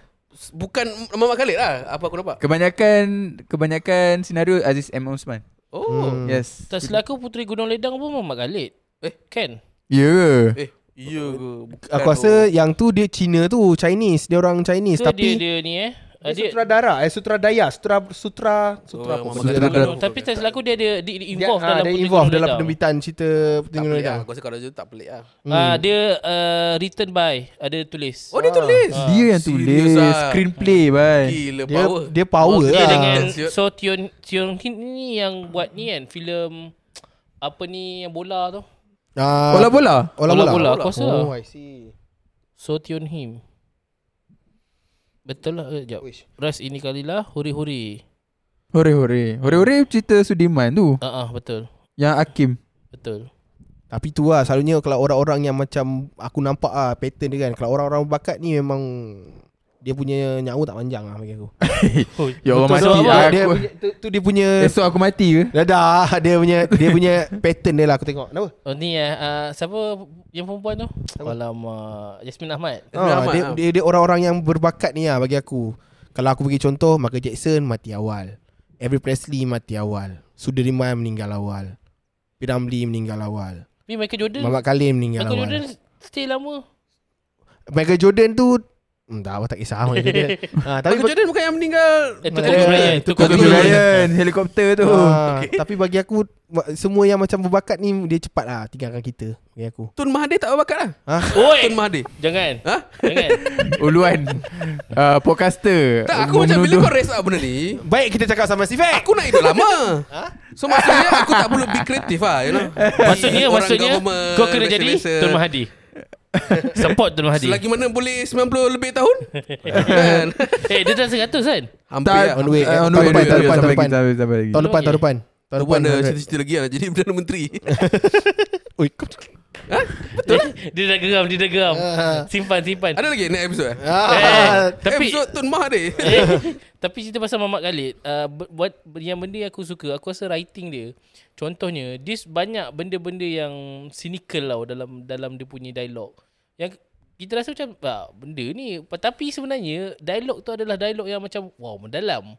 Speaker 6: Bukan Muhammad Khalid lah. Apa aku nampak?
Speaker 5: Kebanyakan Kebanyakan senario Aziz M Osman
Speaker 6: Oh.
Speaker 4: Hmm.
Speaker 5: Yes
Speaker 3: Tak silap aku Puteri Gunung Ledang pun Muhammad Khalid.
Speaker 6: Eh.
Speaker 3: Kan?
Speaker 5: Ya yeah.
Speaker 6: Eh, iya ke? Bukan
Speaker 4: Aku rasa yang tu dia Cina tu Chinese Dia orang Chinese
Speaker 3: Ke dia,
Speaker 4: Tapi
Speaker 3: dia ni eh.
Speaker 4: Dia
Speaker 3: Dia,
Speaker 4: sutradara eh sutradaya sutra sutra sutra apa
Speaker 6: Oh, Muhammad
Speaker 4: sutra
Speaker 6: Khalid.
Speaker 4: dia,
Speaker 3: Oh, tapi tak selaku dia ada dia, dia
Speaker 4: dia,
Speaker 3: involve
Speaker 4: ah,
Speaker 3: dalam
Speaker 4: dia
Speaker 3: Puteri
Speaker 4: involve
Speaker 3: Gunung
Speaker 4: dalam
Speaker 3: Ledang.
Speaker 4: penerbitan cerita
Speaker 6: Tak
Speaker 4: Petinggi
Speaker 6: pelik lah.
Speaker 4: Ledang
Speaker 6: Aku rasa kalau dia tu tak pelik lah.
Speaker 3: Ah, dia uh, written by ada tulis.
Speaker 6: Oh, dia tulis.
Speaker 5: Dia yang
Speaker 6: serious
Speaker 5: tulis
Speaker 6: ah.
Speaker 5: Screenplay bye
Speaker 6: Gila
Speaker 4: Eh, dia
Speaker 6: power.
Speaker 4: dia power
Speaker 3: dia
Speaker 4: lah
Speaker 3: dengan
Speaker 6: Siot.
Speaker 3: So Tion Tion Hin ni yang buat ni kan filem apa ni yang bola tu.
Speaker 4: Ah,
Speaker 5: Bola-bola
Speaker 4: bola bola
Speaker 3: bola aku rasa. Oh.
Speaker 4: oh I see
Speaker 3: So Tion Him. Betul lah eh, jap.
Speaker 4: Wish.
Speaker 3: Ras ini kalilah huri-huri.
Speaker 5: Hore hore Hore hore cerita Sudiman tu
Speaker 3: Ah ah betul.
Speaker 5: Yang Hakim
Speaker 3: Betul.
Speaker 4: tapi tu lah selalunya kalau orang-orang yang macam aku nampak ah pattern dia kan kalau orang-orang berbakat ni memang dia punya nyawa tak panjang lah bagi aku.
Speaker 5: Ya Allah mati
Speaker 4: Betul sebab
Speaker 5: aku,
Speaker 4: dia punya, tu, tu dia punya
Speaker 5: Esok aku mati ke
Speaker 4: dah dah dia punya dia punya pattern dia lah aku tengok. Kenapa?
Speaker 3: Oh ni eh uh, siapa yang perempuan tu? Alamak Yasmin Ahmad.
Speaker 6: Azmi
Speaker 4: Ah,
Speaker 6: Ahmad,
Speaker 4: dia,
Speaker 6: ah.
Speaker 3: lah.
Speaker 4: dia, dia orang-orang yang berbakat ni lah bagi aku. Kalau aku bagi contoh, Michael Jackson mati awal. Every Presley mati awal. Sudirman meninggal awal. Piramli meninggal awal.
Speaker 3: Ni Michael Jordan.
Speaker 4: Muhammad Kalim meninggal
Speaker 3: Michael
Speaker 4: awal.
Speaker 3: Jordan
Speaker 4: Jordan.
Speaker 3: stay lama.
Speaker 4: Michael Jordan tu Hmm, tak apa tak kisah Michael Jordan. ha, tapi
Speaker 6: Michael Jordan bukan yang meninggal
Speaker 3: Eh tu
Speaker 4: Eh,
Speaker 3: Kobe Bryant.
Speaker 4: tu
Speaker 3: Tu
Speaker 4: Kobe
Speaker 3: Kobe
Speaker 5: Kobe
Speaker 4: Bryant.
Speaker 3: Bryant.
Speaker 5: Ryan kan, Helikopter tu
Speaker 4: ha, tapi bagi aku ma- semua yang macam berbakat ni dia cepat lah tinggalkan kita bagi aku.
Speaker 6: Tun Mahathir tak berbakat lah
Speaker 3: Oi.
Speaker 6: Tun Mahathir
Speaker 3: Jangan.
Speaker 6: Ha?
Speaker 3: Jangan.
Speaker 5: Uluan uh, Podcaster
Speaker 6: Tak aku macam bila kau raise up benda ni
Speaker 4: Baik kita cakap sama Steve.
Speaker 6: Aku nak hidup lama
Speaker 3: Ha?
Speaker 6: So maksudnya aku tak perlu be kreatif lah you know?
Speaker 3: Maksudnya
Speaker 6: Orang
Speaker 3: maksudnya
Speaker 6: government,
Speaker 3: kau kena jadi
Speaker 6: biasa-biasa.
Speaker 3: Tun Mahadi. Support Tun Mahadi.
Speaker 6: Selagi mana boleh 90 lebih tahun Kan?
Speaker 3: Eh dia dah 100 kan?
Speaker 6: Hampir
Speaker 5: Tak
Speaker 6: lah
Speaker 4: On the way.
Speaker 5: eh, On
Speaker 4: Tahun
Speaker 5: the
Speaker 4: depan,
Speaker 5: way Tahun
Speaker 4: tahun
Speaker 5: depan
Speaker 4: depan,
Speaker 5: Sampai lagi Sampai lagi
Speaker 4: Tahun depan tahun depan. Tahun
Speaker 6: Aku
Speaker 4: depan
Speaker 6: ada
Speaker 4: hundred.
Speaker 6: cerita-cerita lagi lah Jadi Perdana Menteri
Speaker 4: Oi kau
Speaker 3: Dia dah geram, dia dah geram.
Speaker 4: Ah.
Speaker 3: Simpan, simpan.
Speaker 6: Ada lagi next episode eh?
Speaker 4: ah,
Speaker 3: tapi
Speaker 6: Episode Tun Mahathir.
Speaker 3: eh, tapi cerita pasal Mamat Khalid, uh, bu- buat yang benda yang aku suka, aku rasa writing dia. Contohnya, dia s- banyak benda-benda yang cynical tau dalam dalam dia punya dialog. Yang kita rasa macam ah, benda ni Pa- tapi sebenarnya dialog tu adalah dialog yang macam wow mendalam.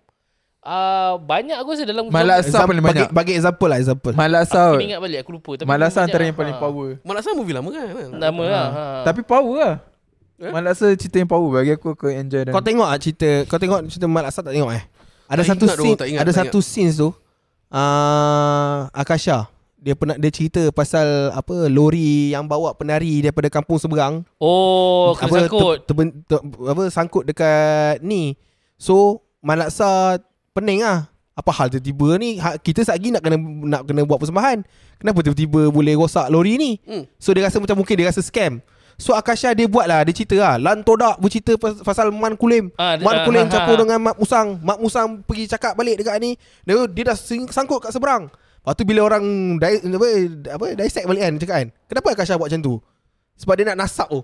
Speaker 3: Uh, banyak aku rasa dalam
Speaker 5: Malasa
Speaker 4: Exam-
Speaker 5: paling
Speaker 4: bagi,
Speaker 5: banyak.
Speaker 4: bagi example lah example.
Speaker 5: Malasa.
Speaker 3: aku ni ingat balik aku lupa tapi
Speaker 5: Malasa
Speaker 3: banyak
Speaker 5: antara
Speaker 3: lah.
Speaker 5: yang paling
Speaker 3: Ha.
Speaker 5: power.
Speaker 6: Malaksa movie lama kan?
Speaker 3: Lama lah. Ha.
Speaker 5: Tapi power lah. Malasa cerita yang power bagi aku aku enjoy dan
Speaker 4: Kau tengok ah cerita Kau tengok cerita Mat Asad tak tengok eh Ada
Speaker 6: Tak
Speaker 4: satu
Speaker 6: ingat
Speaker 4: scene
Speaker 6: doh, tak ingat,
Speaker 4: Ada
Speaker 6: tak
Speaker 4: satu scenes tu uh, Akasha Dia pernah Dia cerita pasal Apa Lori yang bawa penari Daripada kampung seberang
Speaker 3: Oh, kena
Speaker 4: apa,
Speaker 3: sangkut.
Speaker 4: ter, terben- ter, apa Sangkut dekat ni So Malaksa Pening lah apa hal tiba-tiba ni ha- kita sat lagi nak kena nak kena buat persembahan kenapa tiba-tiba boleh rosak lori ni
Speaker 6: Hmm.
Speaker 4: so dia rasa macam mungkin dia rasa scam so Akasha dia buat lah dia cerita lah lan todak bercerita pas- pasal man kulim
Speaker 3: Ah, ah,
Speaker 4: Mat
Speaker 3: ah,
Speaker 4: Kuling campur
Speaker 3: ah.
Speaker 4: dengan Mat Musang Mat Musang pergi cakap balik dekat ni Dia, dia dah sing- sangkut kat seberang Lepas tu bila orang di, apa, apa, Dissect balik kan dia Cakap kan Kenapa Akasha buat macam tu Sebab dia nak nasab tu oh.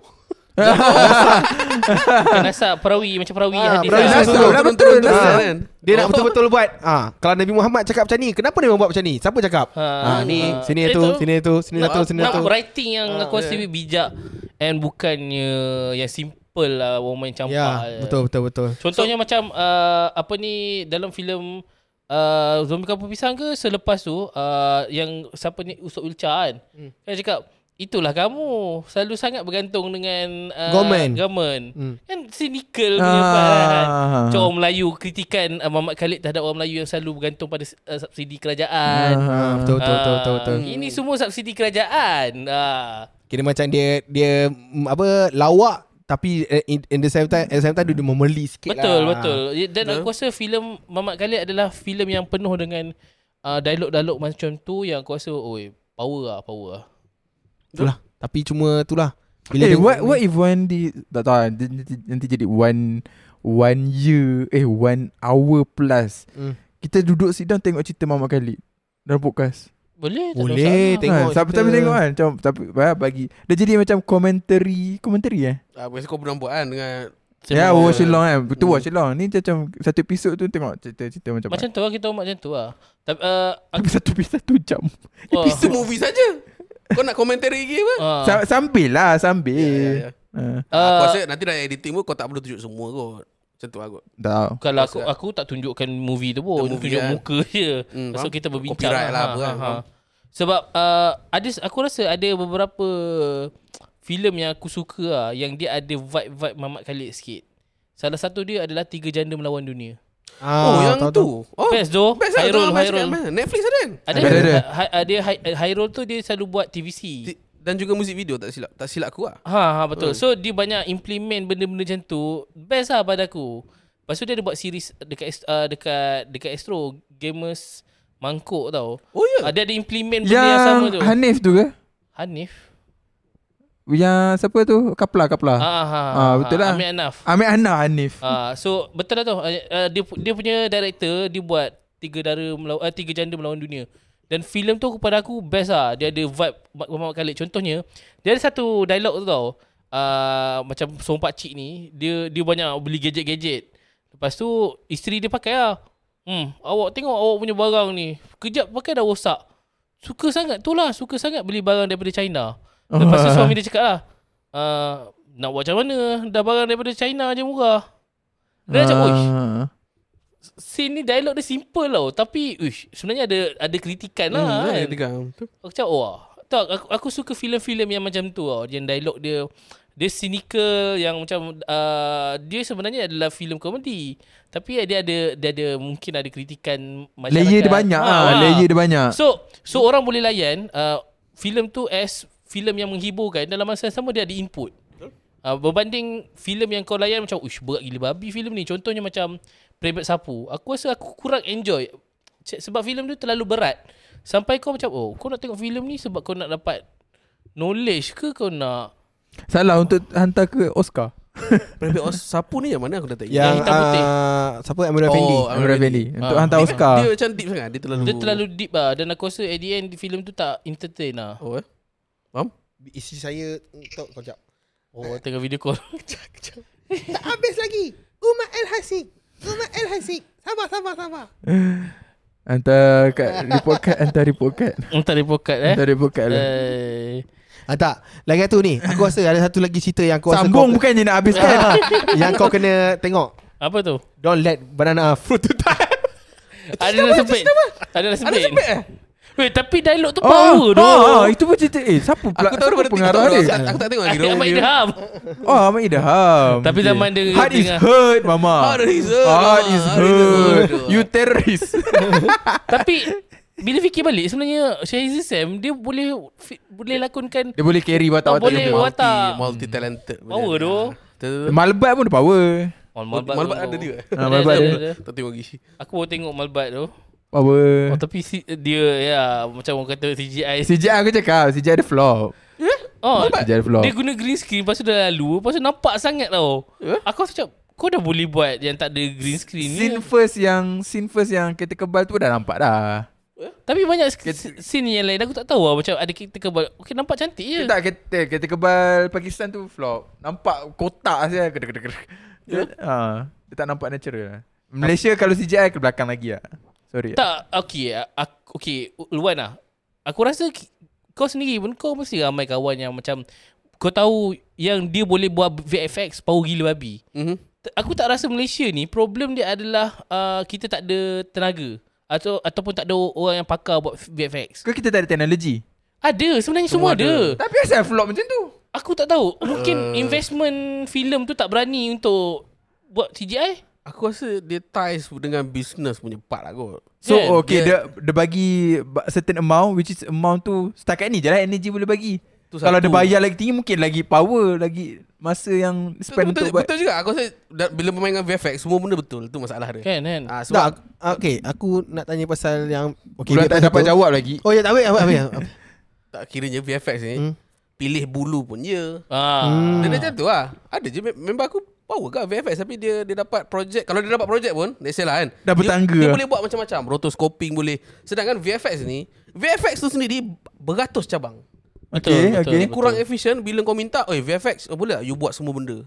Speaker 3: Kan asap perawi macam perawi
Speaker 4: Ah,
Speaker 3: hadis
Speaker 4: perawi
Speaker 3: lah.
Speaker 4: nasab.
Speaker 6: Betul,
Speaker 4: Dah
Speaker 6: betul,
Speaker 4: betul
Speaker 6: betul,
Speaker 4: dah.
Speaker 6: kan?
Speaker 4: Ha. Dia nak betul-betul buat ha, Kalau Nabi Muhammad cakap macam ni Kenapa dia buat macam ni Siapa cakap
Speaker 3: Ha,
Speaker 4: ha, ni
Speaker 3: ha.
Speaker 4: Sini
Speaker 3: Eh,
Speaker 4: tu
Speaker 3: tu.
Speaker 4: Sini tu Sini
Speaker 3: Nak-
Speaker 4: tu Ya, Sini
Speaker 3: nak
Speaker 4: tu
Speaker 3: writing yang aku rasa lebih bijak and bukannya yang simple lah orang main campak.
Speaker 4: Ya
Speaker 3: je.
Speaker 4: betul betul betul
Speaker 3: Contohnya so, macam uh, apa ni dalam filem uh, Zombie Kampung Pisang ke selepas tu uh, yang siapa ni Usop Wilca kan. Hmm. Kan cakap itulah kamu selalu sangat bergantung dengan uh,
Speaker 4: Government.
Speaker 3: government.
Speaker 4: Hmm.
Speaker 3: Hmm. Kan cynical punya
Speaker 5: Ah.
Speaker 3: part kan. Macam orang Melayu kritikan uh, Muhammad Khalid terhadap orang Melayu yang selalu bergantung pada uh, subsidi kerajaan.
Speaker 4: ha, betul, betul, betul, betul, betul.
Speaker 3: Ah, Ini semua subsidi kerajaan. Ah.
Speaker 4: Kira macam dia Dia mm, apa Lawak Tapi eh, in, in the same time At the same time Dia dia memeli sikit
Speaker 3: Betul
Speaker 4: lah
Speaker 3: betul. Ya, Dan aku rasa filem Mamat Khalid adalah filem yang penuh dengan uh, dialog-dialog macam tu yang aku rasa oi power lah power lah.
Speaker 4: Itulah Tapi cuma itulah
Speaker 5: Bila eh,
Speaker 4: tengok-
Speaker 5: what what if one di tak tahu lah, dia- nanti, nanti jadi one one year eh one hour plus.
Speaker 4: Hmm.
Speaker 5: Kita duduk sidang tengok cerita Mamat Khalid dalam podcast.
Speaker 3: Boleh tak ada
Speaker 4: Boleh
Speaker 3: masalah.
Speaker 4: tengok
Speaker 5: Kan, tapi
Speaker 4: cerita.
Speaker 5: tapi tengok kan macam tapi bah- bagi dia jadi macam commentary commentary eh.
Speaker 6: Ah, biasa kau pernah buat kan dengan
Speaker 5: Ya, yeah,
Speaker 3: Macam-
Speaker 5: watch along kan. Betul watch along. Ni macam satu episod tu tengok cerita-cerita macam
Speaker 3: macam tu lah kita buat macam tu lah. Tapi uh,
Speaker 5: Tapi satu episod satu jam.
Speaker 3: wah,
Speaker 6: Itu movie saja. Kau nak komentari lagi apa?
Speaker 3: ah.
Speaker 5: Sa- sambil lah, sambil.
Speaker 6: Ya, ya,
Speaker 5: Uh,
Speaker 6: ya. Aku
Speaker 3: Ah,
Speaker 6: rasa nanti dah editing pun kau tak perlu tunjuk semua kot. Macam tu lah kot.
Speaker 5: tahu.
Speaker 3: kalau aku aku tak tunjukkan movie tu pun
Speaker 6: Tunjuk movie
Speaker 3: tunjuk
Speaker 6: kan.
Speaker 3: muka je. Hmm,
Speaker 6: Hmm,
Speaker 3: so
Speaker 6: faham.
Speaker 3: kita berbincang Ha,
Speaker 6: Copyright lah apa kan, faham.
Speaker 3: Sebab uh, ada aku rasa ada beberapa filem yang aku suka lah, yang dia ada vibe-vibe Mamat Khalid sikit. Salah satu dia adalah Tiga Janda Melawan Dunia.
Speaker 4: Ah,
Speaker 6: Oh, yang
Speaker 4: tahu,
Speaker 6: tu.
Speaker 4: tahu.
Speaker 6: Oh,
Speaker 3: Best tu.
Speaker 6: Best lah.
Speaker 3: Hairul,
Speaker 6: Hairul,
Speaker 3: Hairul.
Speaker 6: Netflix ada kan?
Speaker 3: Ada
Speaker 5: Ada, ada.
Speaker 3: ha, ada Hai- Hairul tu dia selalu buat TVC.
Speaker 6: Di- Dan juga muzik video tak silap. Tak silap aku lah.
Speaker 3: Ha ha betul. So dia banyak implement benda-benda macam tu. Best lah pada aku. Lepas tu dia ada buat series dekat Ast- uh, dekat dekat Astro Gamers Mangkuk tau.
Speaker 6: Oh, ya.
Speaker 3: Ah, dia ada implement benda yang,
Speaker 5: Yang
Speaker 3: sama tu. Han-
Speaker 5: Hanif tu ke?
Speaker 3: Hanif.
Speaker 5: Yang siapa tu? Kapla, Kapla.
Speaker 3: Ha ha.
Speaker 5: Ah, betul lah.
Speaker 3: Amir Anaf.
Speaker 5: Amir Ana Hanif.
Speaker 3: Ah, so betul lah tu. Ah, ah, dia pu- dia punya director dia buat tiga dara melawan uh, tiga janda melawan dunia. Dan filem tu kepada aku best lah. Dia ada vibe Mat- Muhammad Khalid. Contohnya, dia ada satu dialog tu tau. Uh, macam seorang pakcik ni, dia dia banyak beli gadget-gadget. Lepas tu, isteri dia pakai lah. Hmm, awak tengok awak punya barang ni. Kejap pakai dah rosak. Suka sangat tu lah. Suka sangat beli barang daripada China. Lepas tu suami dia cakap lah. Uh, nak buat macam mana? Dah barang daripada China je murah. Dia macam, uish,
Speaker 5: Ah.
Speaker 3: scene ni dialog dia simple tau. Tapi, uish, sebenarnya ada ada kritikan lah
Speaker 6: Hmm,
Speaker 3: kan.
Speaker 6: ada tiga. Betul.
Speaker 3: Aku cakap, wah. Tak, aku, aku suka filem-filem yang macam tu tau. Yang dialog dia, dia cynical yang macam, uh, dia sebenarnya adalah filem komedi. Tapi dia ada, dia ada mungkin ada kritikan masyarakat.
Speaker 5: Layer dia banyak
Speaker 3: Ah,
Speaker 5: ah,
Speaker 3: ah.
Speaker 5: layer dia banyak.
Speaker 3: So so orang boleh layan uh, filem tu as filem yang menghiburkan dalam masa yang sama dia ada input. Uh, berbanding filem yang kau layan macam ush berat gila babi filem ni. Contohnya macam Private Sapu. Aku rasa aku kurang enjoy C- sebab filem tu terlalu berat. Sampai kau macam oh kau nak tengok filem ni sebab kau nak dapat knowledge ke kau nak
Speaker 5: Salah untuk hantar ke Oscar.
Speaker 6: Private Os Sapu ni yang mana aku dah tak ingat.
Speaker 4: Yang
Speaker 3: hitam putih.
Speaker 4: ah, Siapa Amirul Effendi
Speaker 6: Oh,
Speaker 5: Amir Effendi.
Speaker 3: Ah.
Speaker 5: Untuk hantar
Speaker 6: Dia-
Speaker 5: Oscar.
Speaker 6: Dia macam deep sangat. Dia terlalu.
Speaker 3: dia terlalu deep lah dan aku rasa at the end filem tu tak entertain lah.
Speaker 6: Oh eh. Faham?
Speaker 4: Isi saya Tok kau jap
Speaker 3: Oh tengah video call
Speaker 4: Tak habis lagi Umar El Hasik Umar El Hasik Sabar sabar sabar
Speaker 5: Hantar kat report card Hantar report card
Speaker 3: Hantar report card eh
Speaker 5: Hantar report card lah
Speaker 3: Eh,
Speaker 4: ah, Tak Lagi satu ni Aku rasa ada satu lagi cerita Yang kau rasa kau,
Speaker 5: Sambung bukannya nak
Speaker 3: kan?
Speaker 5: habiskan
Speaker 4: Yang kau kena tengok
Speaker 3: Apa tu?
Speaker 4: Don't let banana fruit to die
Speaker 3: Ada
Speaker 5: lah
Speaker 3: dah sempit Ada dah sempit
Speaker 5: eh?
Speaker 3: Weh tapi dialog tu
Speaker 5: Oh,
Speaker 3: power tu
Speaker 5: oh, itu pun cerita Eh siapa pula
Speaker 6: Aku
Speaker 5: siapa
Speaker 6: tahu daripada
Speaker 5: pengarah
Speaker 6: TikTok
Speaker 5: dia?
Speaker 6: aku, tak- aku tak tengok lagi
Speaker 3: Amat ilham
Speaker 5: Oh Ahmad Idham
Speaker 3: Tapi
Speaker 5: Okay.
Speaker 3: zaman dia-
Speaker 5: Heart is
Speaker 3: dengan-
Speaker 5: hurt mama
Speaker 6: Heart is hurt,
Speaker 5: Heart is
Speaker 6: mama. Heart is
Speaker 5: hurt
Speaker 6: hurt.
Speaker 5: You terrorist
Speaker 3: Tapi Bila fikir balik Sebenarnya Syahizi Sam Dia boleh fi- Boleh lakonkan
Speaker 5: Dia boleh carry watak-watak
Speaker 3: Boleh
Speaker 5: dia
Speaker 3: watak.
Speaker 6: Multi talented
Speaker 3: Power tu
Speaker 5: Malbat pun ada power
Speaker 3: Oh,
Speaker 6: Malbat
Speaker 3: tu.
Speaker 6: ada dia
Speaker 5: Ah, Malbat ada.
Speaker 6: Tak tengok lagi
Speaker 3: Aku baru tengok Malbat tu Oh
Speaker 5: Power
Speaker 3: tapi si, dia ya Macam orang kata CGI
Speaker 5: CJ aku cakap CJ ada flop
Speaker 3: Oh
Speaker 5: CJ ada flop
Speaker 3: Dia guna green screen Lepas tu dah lalu Lepas tu nampak sangat tau
Speaker 5: Ya?
Speaker 3: Aku rasa macam Kau dah boleh buat Yang tak ada green screen ni
Speaker 5: Scene first yang Scene first yang kereta kebal tu dah nampak dah
Speaker 3: Tapi banyak sk- scene yang lain Aku tak tahu lah Macam ada kita kebal Okay nampak cantik je
Speaker 5: yeah.
Speaker 6: Ya.
Speaker 5: Tak kereta Kereta kebal Pakistan tu flop Nampak kotak saja Kedek kedek kedek
Speaker 6: Ya.
Speaker 5: yeah. ha, Dia tak nampak natural Malaysia kalau CGI ke belakang lagi lah Sorry
Speaker 3: Tak Okay aku, Okay Luan lah Aku rasa ki- Kau sendiri pun Kau mesti ramai kawan yang macam Kau tahu Yang dia boleh buat VFX Power gila babi
Speaker 6: Mhm.
Speaker 3: T- Aku tak rasa Malaysia ni Problem dia adalah uh, Kita tak ada tenaga atau Ataupun tak ada orang yang pakar Buat VFX
Speaker 5: Kau kita tak ada teknologi
Speaker 3: Ada sebenarnya semua, ada. ada
Speaker 5: Tapi asal flop macam tu
Speaker 3: Aku tak tahu Mungkin uh, investment filem tu tak berani untuk Buat CGI
Speaker 6: Aku rasa dia ties dengan business punya part lah kot
Speaker 5: So
Speaker 3: Kan?
Speaker 5: yeah, okay
Speaker 6: Dia-
Speaker 5: yeah. Dia, dia bagi ba- Certain amount Which is amount tu Setakat ni je lah Energy boleh bagi
Speaker 6: Tu
Speaker 5: Kalau
Speaker 6: satu.
Speaker 5: dia bayar lagi tinggi Mungkin lagi power Lagi masa yang
Speaker 6: Betul,
Speaker 5: Spend
Speaker 6: betul,
Speaker 5: untuk buat
Speaker 6: betul juga Aku rasa da- Bila bermain dengan VFX Semua benda betul Itu masalah dia
Speaker 3: Kan kan
Speaker 6: Ah,
Speaker 4: Sebab
Speaker 6: sebab
Speaker 4: Okay Aku nak tanya pasal yang okay,
Speaker 5: Bulan
Speaker 4: dia pasal tu.
Speaker 5: jawab lagi
Speaker 4: Oh ya tak habis, habis, habis.
Speaker 6: tak kiranya VFX ni
Speaker 4: Hmm.
Speaker 6: Pilih bulu pun ya
Speaker 3: ah.
Speaker 5: Hmm.
Speaker 6: Dia dia macam tu lah Ada je mem- member aku Power kan VFX Tapi dia dia dapat projek Kalau dia dapat projek pun Let's say lah kan
Speaker 5: Dah bertangga.
Speaker 6: dia, dia boleh buat macam-macam Rotoscoping boleh Sedangkan VFX ni VFX tu sendiri Beratus cabang
Speaker 5: Okay, okay.
Speaker 6: Dia kurang efisien Bila kau minta Oi VFX oh, Boleh tak you buat semua benda